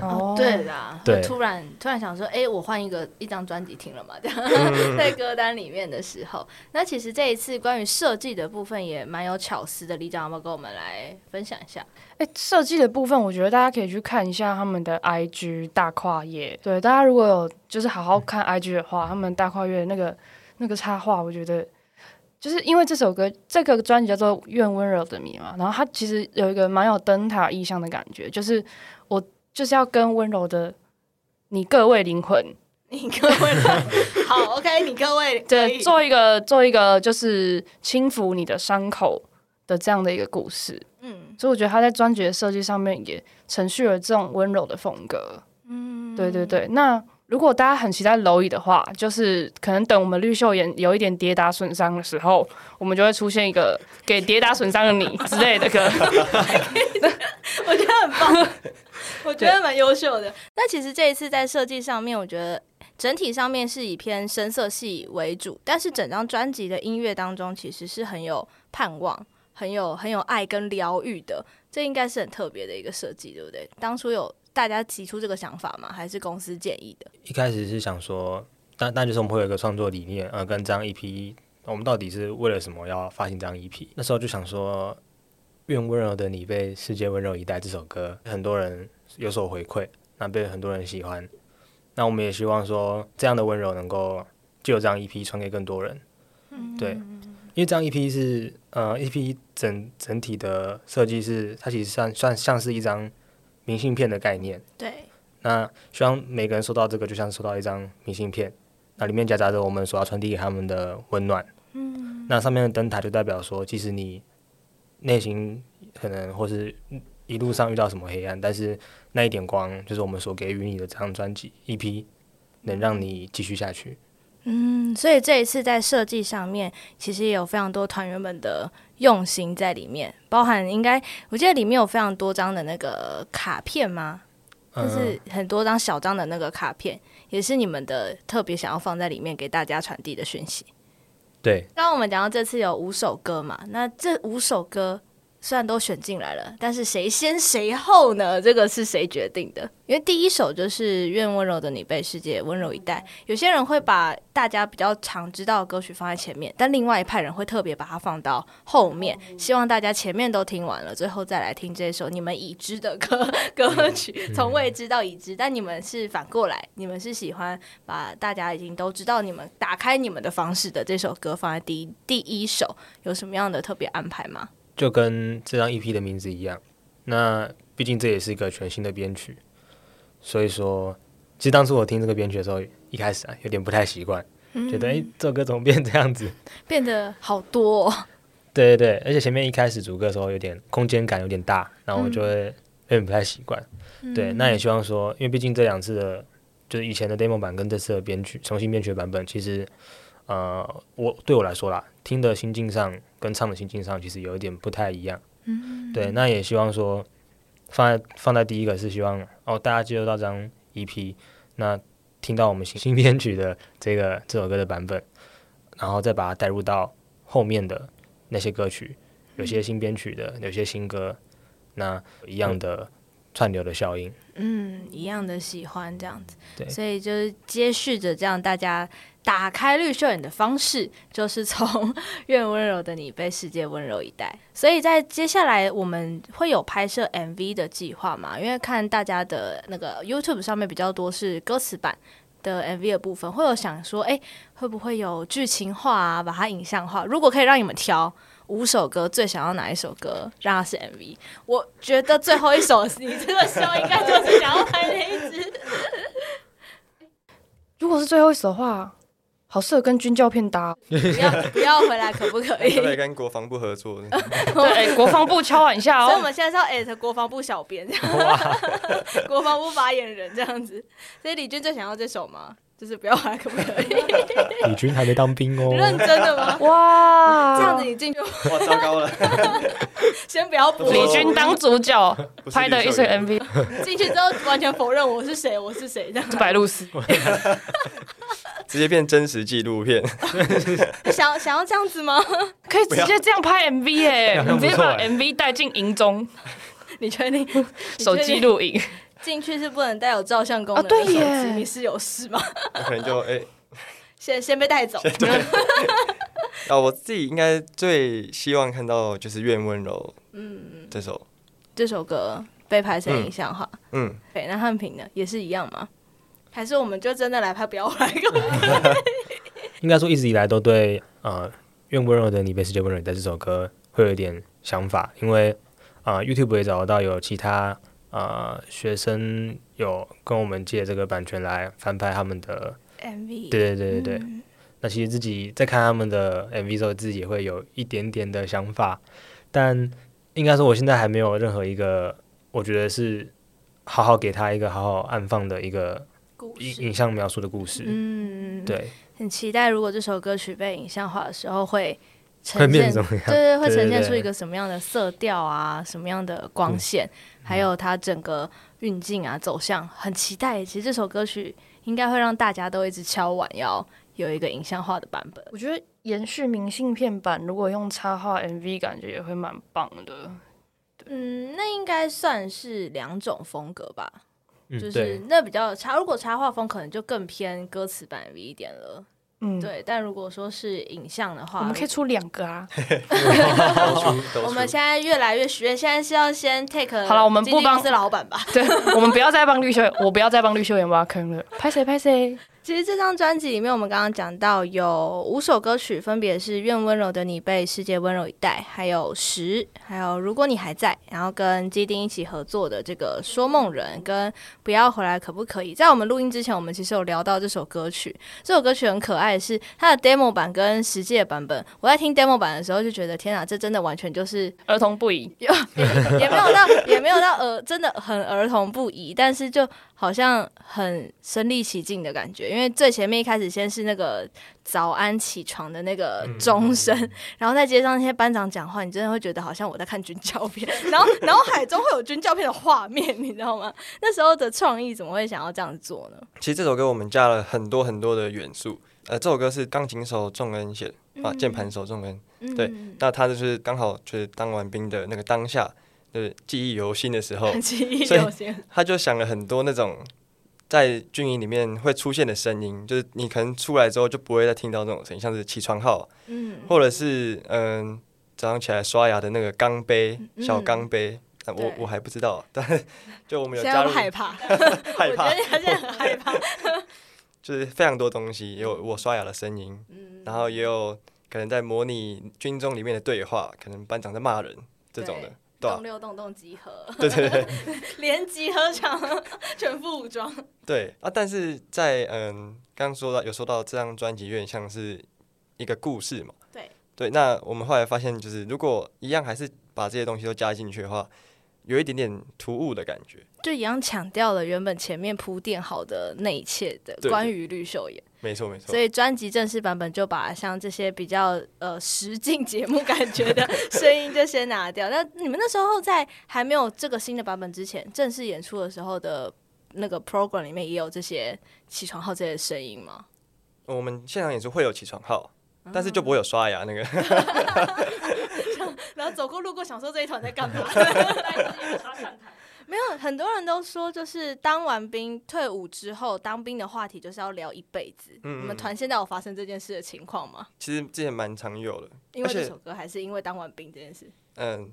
S2: 哦
S1: 对啦，
S3: 对
S1: 突然突然想说，哎、我换一个一张专辑听了嘛，这样
S4: 嗯
S1: 在歌单里面的时候，那其实这一次关于设计的部分也蛮有巧思的，李长要不要跟我们来分享一下？
S2: 哎，设计的部分，我觉得大家可以去看一下他们的 IG 大跨页。对，大家如果有就是好好看 IG 的话，他们大跨页那个那个插画，我觉得就是因为这首歌这个专辑叫做《愿温柔的你》嘛，然后它其实有一个蛮有灯塔意象的感觉，就是我就是要跟温柔的你各位灵魂，
S1: 你各位 的好，OK，你各位可
S2: 对，
S1: 以
S2: 做一个做一个就是轻抚你的伤口的这样的一个故事。
S1: 嗯
S2: 所以我觉得他在专辑的设计上面也承续了这种温柔的风格。
S1: 嗯，
S2: 对对对，那如果大家很期待蝼蚁的话，就是可能等我们绿袖眼有一点跌打损伤的时候，我们就会出现一个给跌打损伤的你之类的 歌。
S1: 我觉得很棒，我觉得蛮优秀的。那其实这一次在设计上面，我觉得整体上面是以偏深色系为主，但是整张专辑的音乐当中，其实是很有盼望、很有很有爱跟疗愈的。这应该是很特别的一个设计，对不对？当初有大家提出这个想法吗？还是公司建议的？
S3: 一开始是想说，但但就是我们会有一个创作理念，呃，跟这张 EP，我们到底是为了什么要发行这张 EP？那时候就想说，《愿温柔的你被世界温柔以待》这首歌，很多人有所回馈，那被很多人喜欢。那我们也希望说，这样的温柔能够借由这张 EP 传给更多人。嗯，对，因为这张 EP 是呃 EP 整整体的设计是，它其实算算像是一张明信片的概念。
S1: 对，
S3: 那希望每个人收到这个，就像收到一张明信片，那里面夹杂着我们所要传递给他们的温暖。嗯，那上面的灯塔就代表说，即使你内心可能或是一路上遇到什么黑暗，但是那一点光，就是我们所给予你的这张专辑 EP，能让你继续下去。
S1: 嗯，所以这一次在设计上面，其实也有非常多团员们的用心在里面，包含应该我记得里面有非常多张的那个卡片吗？就
S3: 嗯
S1: 是很多张小张的那个卡片，也是你们的特别想要放在里面给大家传递的讯息。
S3: 对，
S1: 刚刚我们讲到这次有五首歌嘛，那这五首歌虽然都选进来了，但是谁先谁后呢？这个是谁决定的？因为第一首就是《愿温柔的你被世界温柔以待》，有些人会把大家比较常知道的歌曲放在前面，但另外一派人会特别把它放到后面，希望大家前面都听完了，最后再来听这首你们已知的歌 歌曲，从未知到已知。但你们是反过来，你们是喜欢把大家已经都知道你们打开你们的方式的这首歌放在第一第一首，有什么样的特别安排吗？
S3: 就跟这张 EP 的名字一样。那毕竟这也是一个全新的编曲，所以说，其实当初我听这个编曲的时候，一开始啊有点不太习惯，觉得诶这首歌怎么变这样子？
S1: 变得好多、哦，
S3: 对对对，而且前面一开始主歌的时候有点空间感有点大，然后我就会有点不太习惯。对，那也希望说，因为毕竟这两次的，就是以前的 demo 版跟这次的编曲重新编曲版本，其实呃，我对我来说啦，听的心境上跟唱的心境上其实有一点不太一样。嗯，对，那也希望说，放在放在第一个是希望哦，大家接受到这张 EP，那听到我们新 新编曲的这个这首歌的版本，然后再把它带入到后面的那些歌曲，有些新编曲的，有些新歌，那一样的串流的效应。
S1: 嗯，一样的喜欢这样子，
S3: 对
S1: 所以就是接续着这样大家打开绿秀眼的方式，就是从 《愿温柔的你被世界温柔以待》。所以在接下来我们会有拍摄 MV 的计划嘛？因为看大家的那个 YouTube 上面比较多是歌词版。的 MV 的部分，会有想说，哎、会不会有剧情化啊，把它影像化？如果可以让你们挑五首歌，最想要哪一首歌让它是 MV？我觉得最后一首你这个秀应该就是想要拍那一支。
S2: 如果是最后一首的话，好适合跟军教片搭哦。
S1: 不要不要回来，可不可以？
S4: 都得
S1: 所
S4: 跟国防部 合作。
S2: 对，哎国防部敲碗一 下
S1: 以我
S2: 哦。
S1: 们现在是要 at 国防部小编，这样 国防部发言人这样子。所以李军最想要这首吗？就是不要回来，可不可以？
S2: 哦
S3: 李军还没当兵 哦
S1: 认真的吗？
S2: 哇，
S1: 这样子你进去
S4: 哇，糟糕了！
S1: 先不要补，
S2: 李军当主角
S4: 不是
S2: 拍的一首
S4: 绿袖眼
S2: MV
S1: 进去之后完全否认我是谁，我是谁这样。
S2: 是白露丝，
S4: 直接变真实纪录片，
S1: 想想要这样子吗？
S2: 可以直接这样拍 MV 哎，
S3: 不错
S2: 你直接把
S3: 哎
S2: MV 带进营中
S1: 你确定
S2: 手机录影。
S1: 进去是不能带有照相功能的
S2: 啊对
S1: 手机？
S2: 耶
S1: 你是有事吗？
S4: 我可能就哎、
S1: 先先被带走。
S4: 啊，我自己应该最希望看到就是《愿温柔》嗯这首，
S1: 这首歌被拍成影像化。
S4: 嗯，
S1: 对，那汉平呢也是一样吗？还是我们就真的来拍，不要来 个？
S3: 应该说一直以来都对呃《愿温柔的你被世界温柔以待》这首歌会有一点想法，因为啊、呃 YouTube 也找得到有其他呃学生有跟我们借这个版权来翻拍他们的，
S1: MV，
S3: 对对对对对。
S1: 嗯
S3: 那其实自己在看他们的 MV 之后，自己也会有一点点的想法，但应该说我现在还没有任何一个，我觉得是好好给他一个好好安放的一个
S1: 故
S3: 影
S1: 事，
S3: 影像描述的故事。
S1: 嗯，，
S3: 对，
S1: 很期待如果这首歌曲被影像化的时候会呈
S3: 会变
S1: 现
S3: 成怎么 样？
S1: 对对，会
S3: 对
S1: 呈
S3: 对
S1: 现出
S3: 对
S1: 一个什么样的色调啊，什么样的光线，
S3: 嗯
S1: 还有它整个运镜啊走向，很期待。其实这首歌曲应该会让大家都一直敲碗，要有一个影像化的版本。
S2: 我觉得延续明信片版，如果用插画 MV，感觉也会蛮棒的。
S1: 嗯，那应该算是两种风格吧，
S3: 嗯，
S1: 就是
S3: 对，
S1: 那比较插，如果插画风可能就更偏歌词版 V 一点了。
S2: 嗯，，
S1: 对，但如果说是影像的话，
S2: 我们可以出两个啊。
S4: 都出都出
S1: 我们现在越来越学，现在是要先 take
S2: 好了我们不
S1: 经纪公
S2: 帮
S1: 司老板吧。
S2: 对，我们不要再帮绿秀，我不要再帮绿秀妍挖坑了。拍谁拍谁，
S1: 其实这张专辑里面，我们刚刚讲到有五首歌曲，分别是《愿温柔的你被世界温柔以待》，还有《十》，还有《如果你还在》，然后跟基丁一起合作的这个《说梦人》跟《不要回来可不可以》。在我们录音之前，我们其实有聊到这首歌曲。这首歌曲很可爱的是，它的 demo 版跟实际的版本。我在听 demo 版的时候就觉得，天啊哪，这真的完全就是
S2: 儿童不宜。
S1: 也没有到也没有到儿，真的很儿童不宜，但是就好像很身临其境的感觉。因为最前面一开始先是那个早安起床的那个钟声，然后再接上那些班长讲话，你真的会觉得好像我在看军教片，然后脑海中会有军教片的画面，你知道吗？ 那时候的创意怎么会想要这样做呢？
S4: 其实这首歌我们加了很多很多的元素。呃，这首歌是钢琴手仲恩写的啊，
S1: 嗯
S4: 键盘手仲恩。
S1: 嗯
S4: 对那他就是刚好就是当完兵的那个当下，就是记忆犹新的时候，
S1: 记忆
S4: 所以
S1: 犹新。
S4: 他就想了很多那种在军营里面会出现的声音，就是你可能出来之后就不会再听到那种声音，像是起床号，
S1: 嗯，
S4: 或者是嗯、早上起来刷牙的那个钢杯、
S1: 嗯
S4: 小钢杯。啊我
S1: 对
S4: 我还不知道，但是就我们有
S1: 现在会
S4: 加入
S1: 不会害怕，
S4: 害
S1: 我觉
S4: 怕
S1: 得，你现在很害怕。
S4: 就是非常多东西，有我刷牙的声音，
S1: 嗯
S4: 然后也有可能在模拟军中里面的对话，可能班长在骂人这种的， 对啊
S1: 动六动动集合，
S4: 对对对
S1: 连集合场全副武装。
S4: 对啊！但是在嗯，刚刚说到有说到这张专辑有点像是一个故事嘛，
S1: 对
S4: 对。那我们后来发现，就是如果一样还是把这些东西都加进去的话，有一点点突兀的感觉。
S1: 就一样强调了原本前面铺垫好的那一切的
S4: 对
S1: 关于绿秀眼，
S4: 没错没错
S1: 所，以专辑正式版本就把像这些比较呃实境节目感觉的声音就先拿掉。那你们那时候在还没有这个新的版本之前，正式演出的时候的那个 program 里面也有这些起床号这些声音吗？
S4: 我们现场演出会有起床号，但是就不会有刷牙那个。
S1: 然后走过路过，想说这一团在干 嘛？没有，很多人都说，就是当完兵退伍之后，当兵的话题就是要聊一辈子。
S4: 嗯
S1: 你们团现在有发生这件事的情况吗？
S4: 其实之前蛮常有的，
S1: 因为
S4: 而且
S1: 这首歌，还是因为当完兵这件事？
S4: 嗯，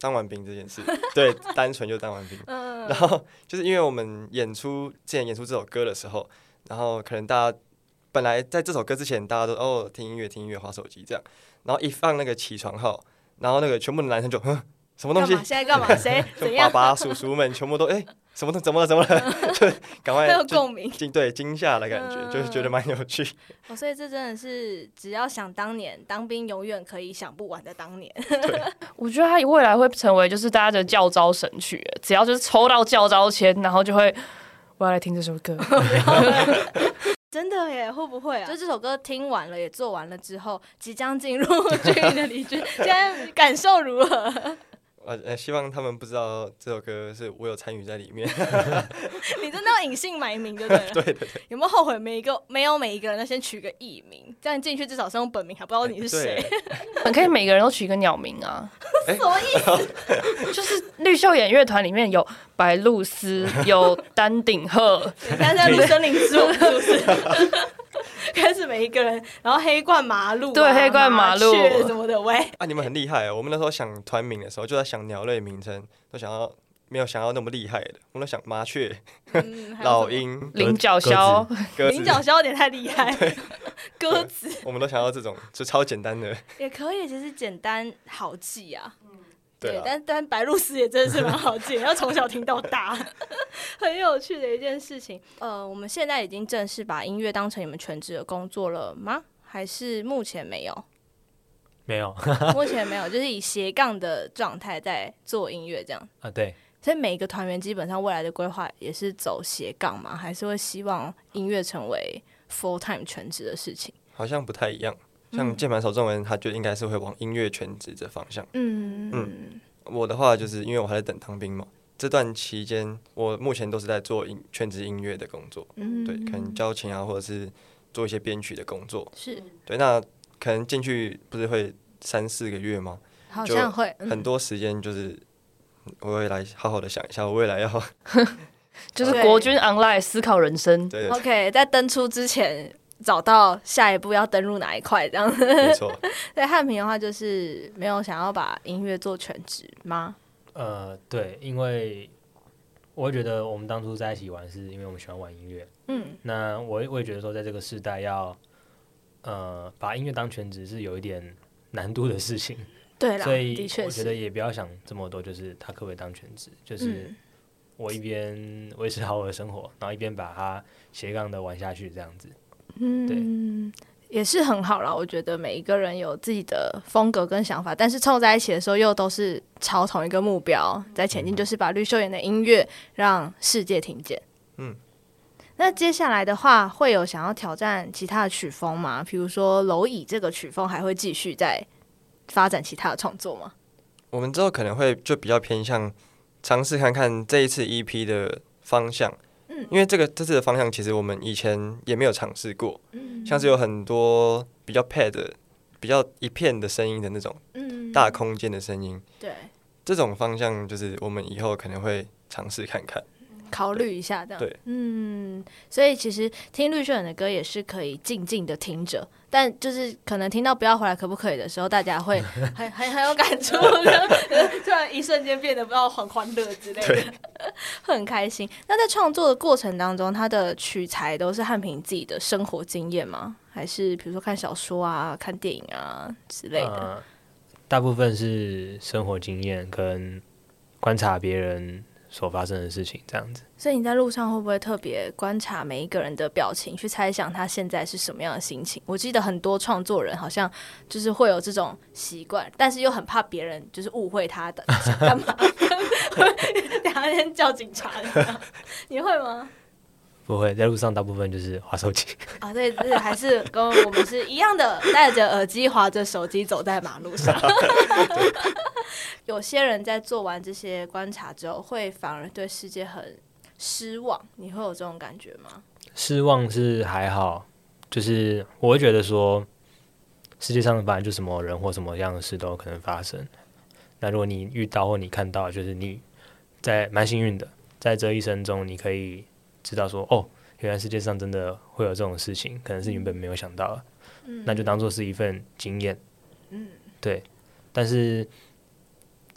S4: 当完兵这件事， 对，单纯就当完兵。
S1: 嗯，
S4: 然后就是因为我们演出之前演出这首歌的时候，然后可能大家本来在这首歌之前大家都哦听音乐听音乐划手机这样，然后一放那个起床号，然后那个全部的男生就哼什么东
S1: 干
S4: 西
S1: 嘛？，现在干嘛？ 谁怎
S4: 就爸
S1: 样？
S4: 爸叔叔们全部都哎、什么东怎么了怎么了， 就赶
S1: 会有
S4: 快就
S1: 共嗯鸣。
S4: 惊对惊吓的感觉，就是觉得蛮有趣。
S1: 哦，所以这真的是只要想当年当兵，永远可以想不完的当年。
S2: 我觉得他未来会成为就是大家的教招神曲，只要就是抽到教招签，然后就会我要来听这首 歌。
S1: 真的耶，会不会啊？就这首歌听完了，也做完了之后，即将进入 军营的 李军，现在感受如何？
S4: 呃呃，希望他们不知道这首歌是我有参与在里面。
S1: 你真的要隐姓埋名，对不对？对对对。有没有后悔没一个没有每一个人都先取个艺名，这样进去至少是用本名，还不知道你是谁。
S4: 哎 对？
S2: 你可以每个人都取一个鸟名啊，
S4: 哎
S1: 什么
S2: 意思？就是绿秀眼乐团里面有白鹭鸶，有丹顶鹤，
S1: 你现在在录森林之王是不是？ 开始每一个人，然后黑冠麻鹿啊、
S2: 对黑冠麻鹿
S1: 麻雀什么的，喂，
S4: 啊，你们很厉害、哦！我们那时候想团名的时候，就在想鸟类名称，都想要没有想要那么厉害的，我们都想麻雀、
S1: 嗯，还有什
S4: 老
S1: 么，
S4: 鹰、
S2: 菱角鸮，
S4: 鸽
S1: 菱
S4: 子，
S1: 角鸮有点太厉害， 鸽子
S4: 我们都想要这种就超简单的。
S1: 也可以，其实简单好记啊。
S4: 对啊，
S1: 但但白露丝也真的是蛮好 记，要从小听到大， 很有趣的一件事情。呃，我们现在已经正式把音乐当成你们全职的工作了吗？还是目前没 有？
S3: 没有
S1: 目前没有，就是以斜杠的状态在做音乐这样。
S3: 啊，对，
S1: 所以每一个团员基本上未来的规划也是走斜杠嘛，还是会希望音乐成为 full time 全职的事情。
S4: 好像不太一样。
S1: 嗯
S4: 像键盘手中文，他就应该是会往音乐全职这方向。
S1: 嗯
S4: 嗯我的话，就是因为我还在等当兵嘛，这段期间我目前都是在做音全职音乐的工作，
S1: 嗯
S4: 对，可能交情啊，或者是做一些编曲的工作。
S1: 是
S4: 对，那可能进去不是会三四个月吗？
S1: 好
S4: 就
S1: 像会
S4: 很多时间就是我会来好好的想一下，我未来要
S2: 就是
S1: 对
S2: 国军 online 思考人生。
S4: 对，
S1: OK，在登出之前找到下一步要登入哪一块这样。
S4: 没错，
S1: 对汉平的话，就是没有想要把音乐做全职吗？
S3: 呃，对，因为我会觉得我们当初在一起玩，是因为我们喜欢玩音乐。
S1: 嗯，
S3: 那我也我也觉得说，在这个时代要呃把音乐当全职是有一点难度的事情，
S1: 对啦，
S3: 所以
S1: 的确
S3: 我觉得
S1: 是。
S3: 也不要想这么多，就是他可不可以当全职，就是
S1: 嗯，
S3: 我一边 维持好我的生活，然后一边把它斜杠的玩下去，这样子。
S1: 嗯，也是很好啦。我觉得每一个人有自己的风格跟想法，但是凑在一起的时候又都是朝同一个目标在前进，就是把绿秀妍的音乐让世界听见。
S4: 嗯，
S1: 那接下来的话，会有想要挑战其他的曲风吗？比如说蝼蚁这个曲风，还会继续在发展其他的创作吗？
S4: 我们之后可能会就比较偏向尝试看看这一次 EP 的方向，
S1: 嗯
S4: 因为这个这次的方向其实我们以前也没有尝试过，
S1: 嗯
S4: 像是有很多比较 pad 的、比较一片的声音的那种
S1: 嗯
S4: 大空间的声音，
S1: 对，
S4: 这种方向就是我们以后可能会尝试看看。
S1: 考虑一下这样。
S4: 对，
S1: 嗯，所以其实听绿秀人的歌也是可以静静的听着，但就是可能听到不要回来可不可以的时候，大家 会很很很有感触，突然一瞬间变得不知道很欢乐之类的，会 很开心。那在创作的过程当中，他的取材都是汉平自己的生活经验吗？还是比如说看小说啊、看电影啊之类的？
S3: 呃，大部分是生活经验跟观察别人所发生的事情这样子。
S1: 所以你在路上会不会特别观察每一个人的表情，去猜想他现在是什么样的心情？我记得很多创作人好像就是会有这种习惯，但是又很怕别人就是误会他的想干嘛， 等下先叫警察。你会吗？
S3: 不会，在路上大部分就是滑手机。
S1: 啊，对，对，还是跟我们是一样的，戴着耳机划着手机走在马路上。 有些人在做完这些观察之后，会反而对世界很失望，你会有这种感觉吗？
S3: 失望是还好，就是我会觉得说，世界上本来就什么人或什么样的事都有可能发生。那如果你遇到或你看到，就是你在蛮幸运的，在这一生中，你可以知道说，哦，原来世界上真的会有这种事情，可能是原本没有想到的，那就当做是一份经验。嗯，对。但是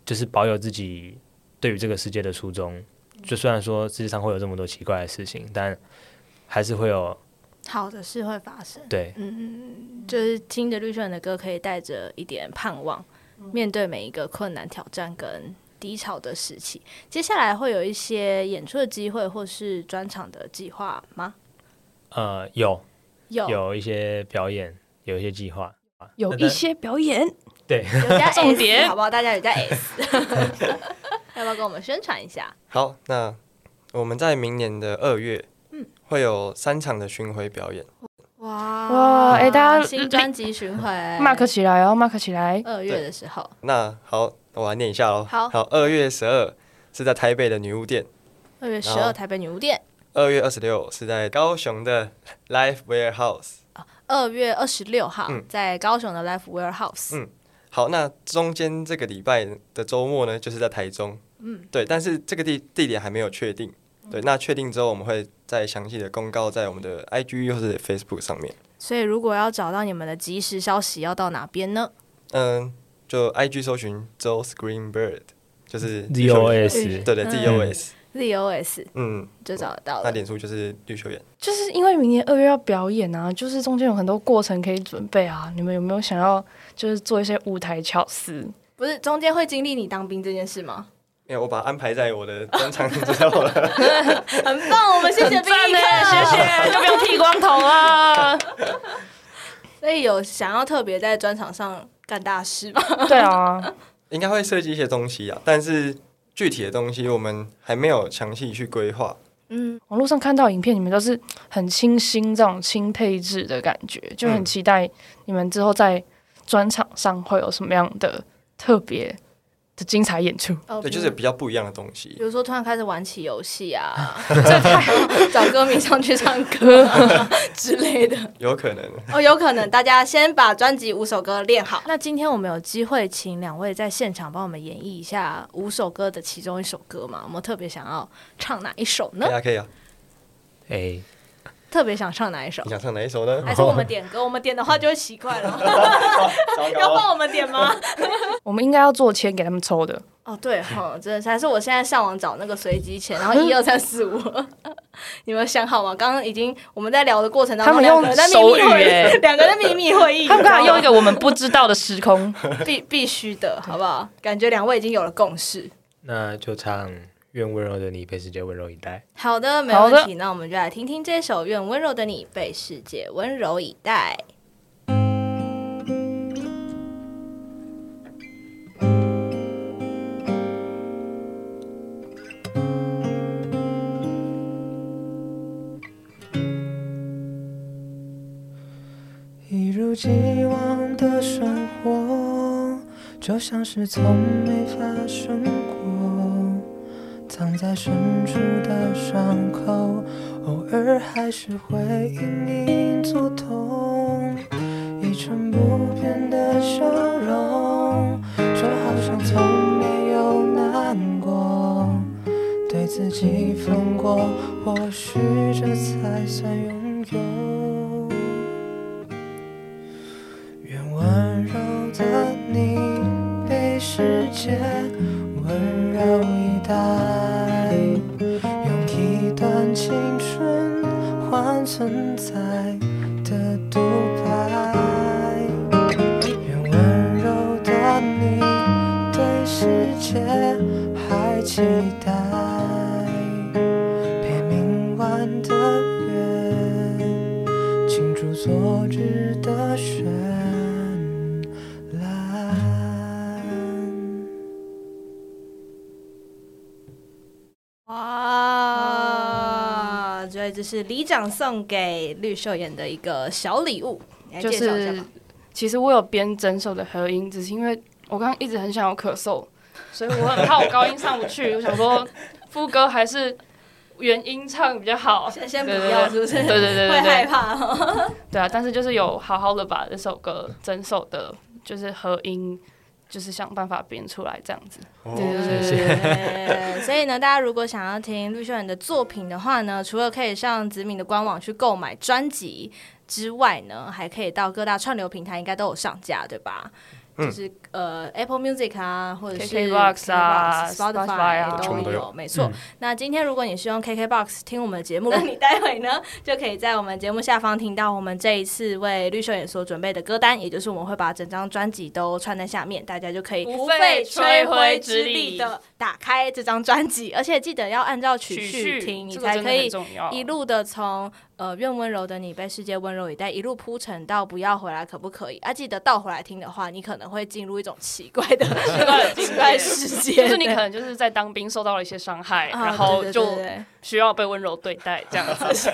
S3: 就是保有自己对于这个世界的初衷，就虽然说世界上会有这么多奇怪的事情，但还是会有
S1: 好的事会发生。
S3: 对，
S1: 就是听着绿秀的歌，可以带着一点盼望，面对每一个困难、挑战跟低潮的时期。接下来会有一些演出的机会，或是专场的计划吗？
S3: 呃，有
S1: 有
S3: 有一些表演，有一些计划，
S2: 有一些表演，
S3: 对，
S1: 有 加 S,
S2: 重点
S1: 好不好？大家有加 S，要不要跟我们宣传一下？
S4: 好，那我们在明年的二月，
S1: 嗯
S4: 会有三场的巡回表演，
S1: 哇
S2: 哇哎大家
S1: 新专辑巡回
S2: ，mark 起来哦，mark 起来。
S1: 二月的时候，
S4: 那好，我来念一下喽。
S1: 好
S4: 二月十二是在台北的女巫店，
S1: 二月十
S4: 然
S1: 二
S4: 后
S1: 台北女巫店，
S4: 二月二十六是在高雄的 Live Warehouse。
S1: 二月二十六号、
S4: 嗯
S1: 在高雄的 Life Warehouse。
S4: 嗯好，那中间这个礼拜的周末呢，就是在台中。嗯，对，但是这个地地点还没有确定。对，那确定之后，我们会再详细的公告在我们的 IG 或是 Facebook 上面。
S1: 所以如果要找到你们的即时消息，要到哪边呢？
S4: 嗯，就 IG 搜寻 Joe Screen Bird，就是
S3: z o s
S4: 对对，ZOS。
S1: ZOS
S4: 嗯，
S1: 就找得到
S4: 那
S1: 了。
S4: 脸书就是绿球员。
S2: 就是因为明年二月要表演啊，就是中间有很多过程可以准备啊。你们有没有想要就是做一些舞台巧思？
S1: 不是中间会经历你当兵这件事吗？
S4: 因为我把它安排在我的专场之后了。
S1: 很棒，我们谢谢
S2: 很
S1: 兵役
S2: 赞呢，欸
S1: 课。
S2: 谢谢，就不用剃光头啊。
S1: 所以有想要特别在专场上干大事吗？
S2: 对啊，
S4: 应该会设计一些东西啊，但是具体的东西我们还没有详细去规划。
S1: 嗯，
S2: 网络上看到影片，你们都是很清新这种轻配置的感觉，就很
S4: 嗯
S2: 期待你们之后在专场上会有什么样的特别的精彩演出。
S1: 哦
S4: 对，就是比较不一样的东西
S1: 比。如说突然开始玩起游戏 啊，这太找歌迷上去唱歌、啊之类的。
S4: 有可能
S1: 哦，有可能大家先把专辑五首歌练好。那今天我们有机会请两位在现场帮我们演绎一下五首歌的其中一首歌嘛？我们特别想要唱哪一首呢
S4: 大？家可以啊。
S3: 哎、
S1: 特别想唱哪一首
S4: 你？想唱哪一首呢？
S1: 还是我们点歌？我们点的话就会奇怪 了，
S4: 糟
S1: 要
S4: 糕，
S1: 帮我们点吗？
S2: 我们应该要做签给他们抽的，
S1: 哦，对哈，真的是，还是我现在上网找那个随机钱，然后一二三四五， 你们想好吗？刚刚已经我们在聊的过程当中，
S2: 他们用
S1: 两个在秘
S2: 手
S1: 密
S2: 语
S1: 会
S2: 耶
S1: 议， 两个在秘密会议，
S2: 他们刚好
S1: 你知道吗
S2: 用一个我们不知道的时空。
S1: 必必须的，好不好？感觉两位已经有了共识。
S3: 那就唱《愿温柔的你被世界温柔以待》。
S1: 好的，没问题。那我们就来听听这首《愿温柔的你被世界温柔以待》。
S6: 一如既往的生活，就像是从没发生过。藏在深处的伤口，偶尔还是会隐隐作痛。一成不变的笑容，就好像从没有难过。对自己放过，或许这才算拥有。愿温柔的你被世界温柔以待，用一段青春换存在的独白。愿温柔的你对世界还期待，陪明晚的月。倾注所知的绚烂。
S2: 啊
S1: 哇，所以这是李长送给绿秀妍的一个小礼物，你来
S2: 就
S1: 介绍一下
S2: 是
S1: 吧。
S2: 其实我有编整首的合音，只是因为我刚刚一直很想要咳嗽，所以我很怕我高音上不去。我想说副歌还是原音唱比较好。
S1: 先先不
S2: 对对
S1: 要，是不是？
S2: 对对对对
S1: 会
S2: 对
S1: 害
S2: 对，
S1: 怕哦。
S2: 对啊！但是就是有好好的把这首歌整首的，就是合音，就是想办法编出来这样子。对对对对对。
S1: 对所以呢，大家如果想要听绿秀妍的作品的话呢，除了可以上子敏的官网去购买专辑之外呢，还可以到各大串流平台应该都有上架，对吧？
S4: 嗯
S1: 就是呃，Apple Music 啊，或者是
S2: KKBOX 啊
S1: KKBox
S2: Spotify 啊
S4: 全部
S1: 都
S4: 都
S1: 有，
S4: 有
S1: 没错。那今天如果你是用 KKBOX 听我们的节目，那你待会呢就可以在我们节目下方听到我们这一次为绿秀演所准备的歌单，也就是我们会把整张专辑都串在下面，大家就可以
S2: 不
S1: 不
S2: 费
S1: 费
S2: 吹
S1: 吹
S2: 灰
S1: 灰
S2: 之
S1: 之
S2: 力
S1: 力的 打开这张专辑，而且记得要按照曲
S2: 曲
S1: 序
S2: 序
S1: 听，你
S2: 这个
S1: 才
S2: 真的
S1: 可
S2: 很
S1: 以
S2: 重要
S1: 一路的从呃愿温柔的你被世界温柔以待，一路铺陈到不要回来，可不可以？啊，记得倒回来听的话，你可能会进入一种奇怪 的奇怪的世界，
S2: 就是你
S1: 对
S2: 可。能就是在当兵受到了一些伤害，
S1: 啊
S2: 然后
S1: 对对
S2: 就
S1: 对对
S2: 需要被温柔对待这样 子。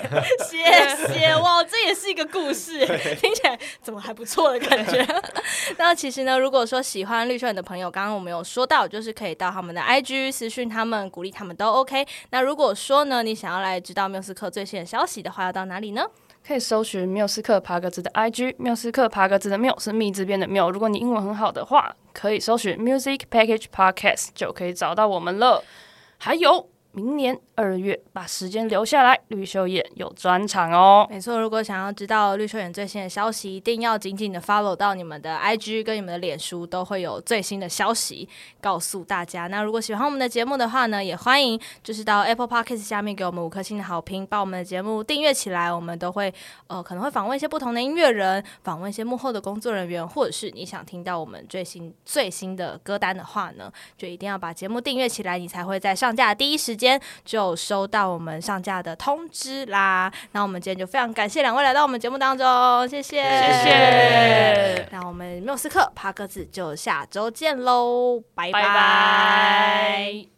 S1: 谢谢哇，这也是一个故事，听起来怎么还不错的感觉。那其实呢，如果说喜欢绿秀眼的朋友，刚刚我们有说到，就是可以到他们的 IG 私讯他们，鼓励他们都 OK。那如果说呢，你想要来知道缪斯克最新的消息的话，要到哪里呢？
S2: 可以搜寻缪斯克爬格子的 IG，缪斯克爬格子的缪是密字边的缪。如果你英文很好的话，可以搜寻 Music Package Podcast 就可以找到我们了。还有，明年二月，把时间留下来，绿秀眼有专场哦。
S1: 没错，如果想要知道绿秀眼最新的消息，一定要紧紧的 follow 到你们的 IG 跟你们的脸书，都会有最新的消息告诉大家。那如果喜欢我们的节目的话呢，也欢迎就是到 Apple Podcast 下面给我们五颗星的好评，把我们的节目订阅起来。我们都会呃可能会访问一些不同的音乐人，访问一些幕后的工作人员，或者是你想听到我们最新最新的歌单的话呢，就一定要把节目订阅起来，你才会在上架的第一时间就收到我们上架的通知啦。那我们今天就非常感谢两位来到我们节目当中，谢谢，
S2: 谢。谢。
S1: 那我们缪斯克帕各自就下周见喽，拜
S2: 拜拜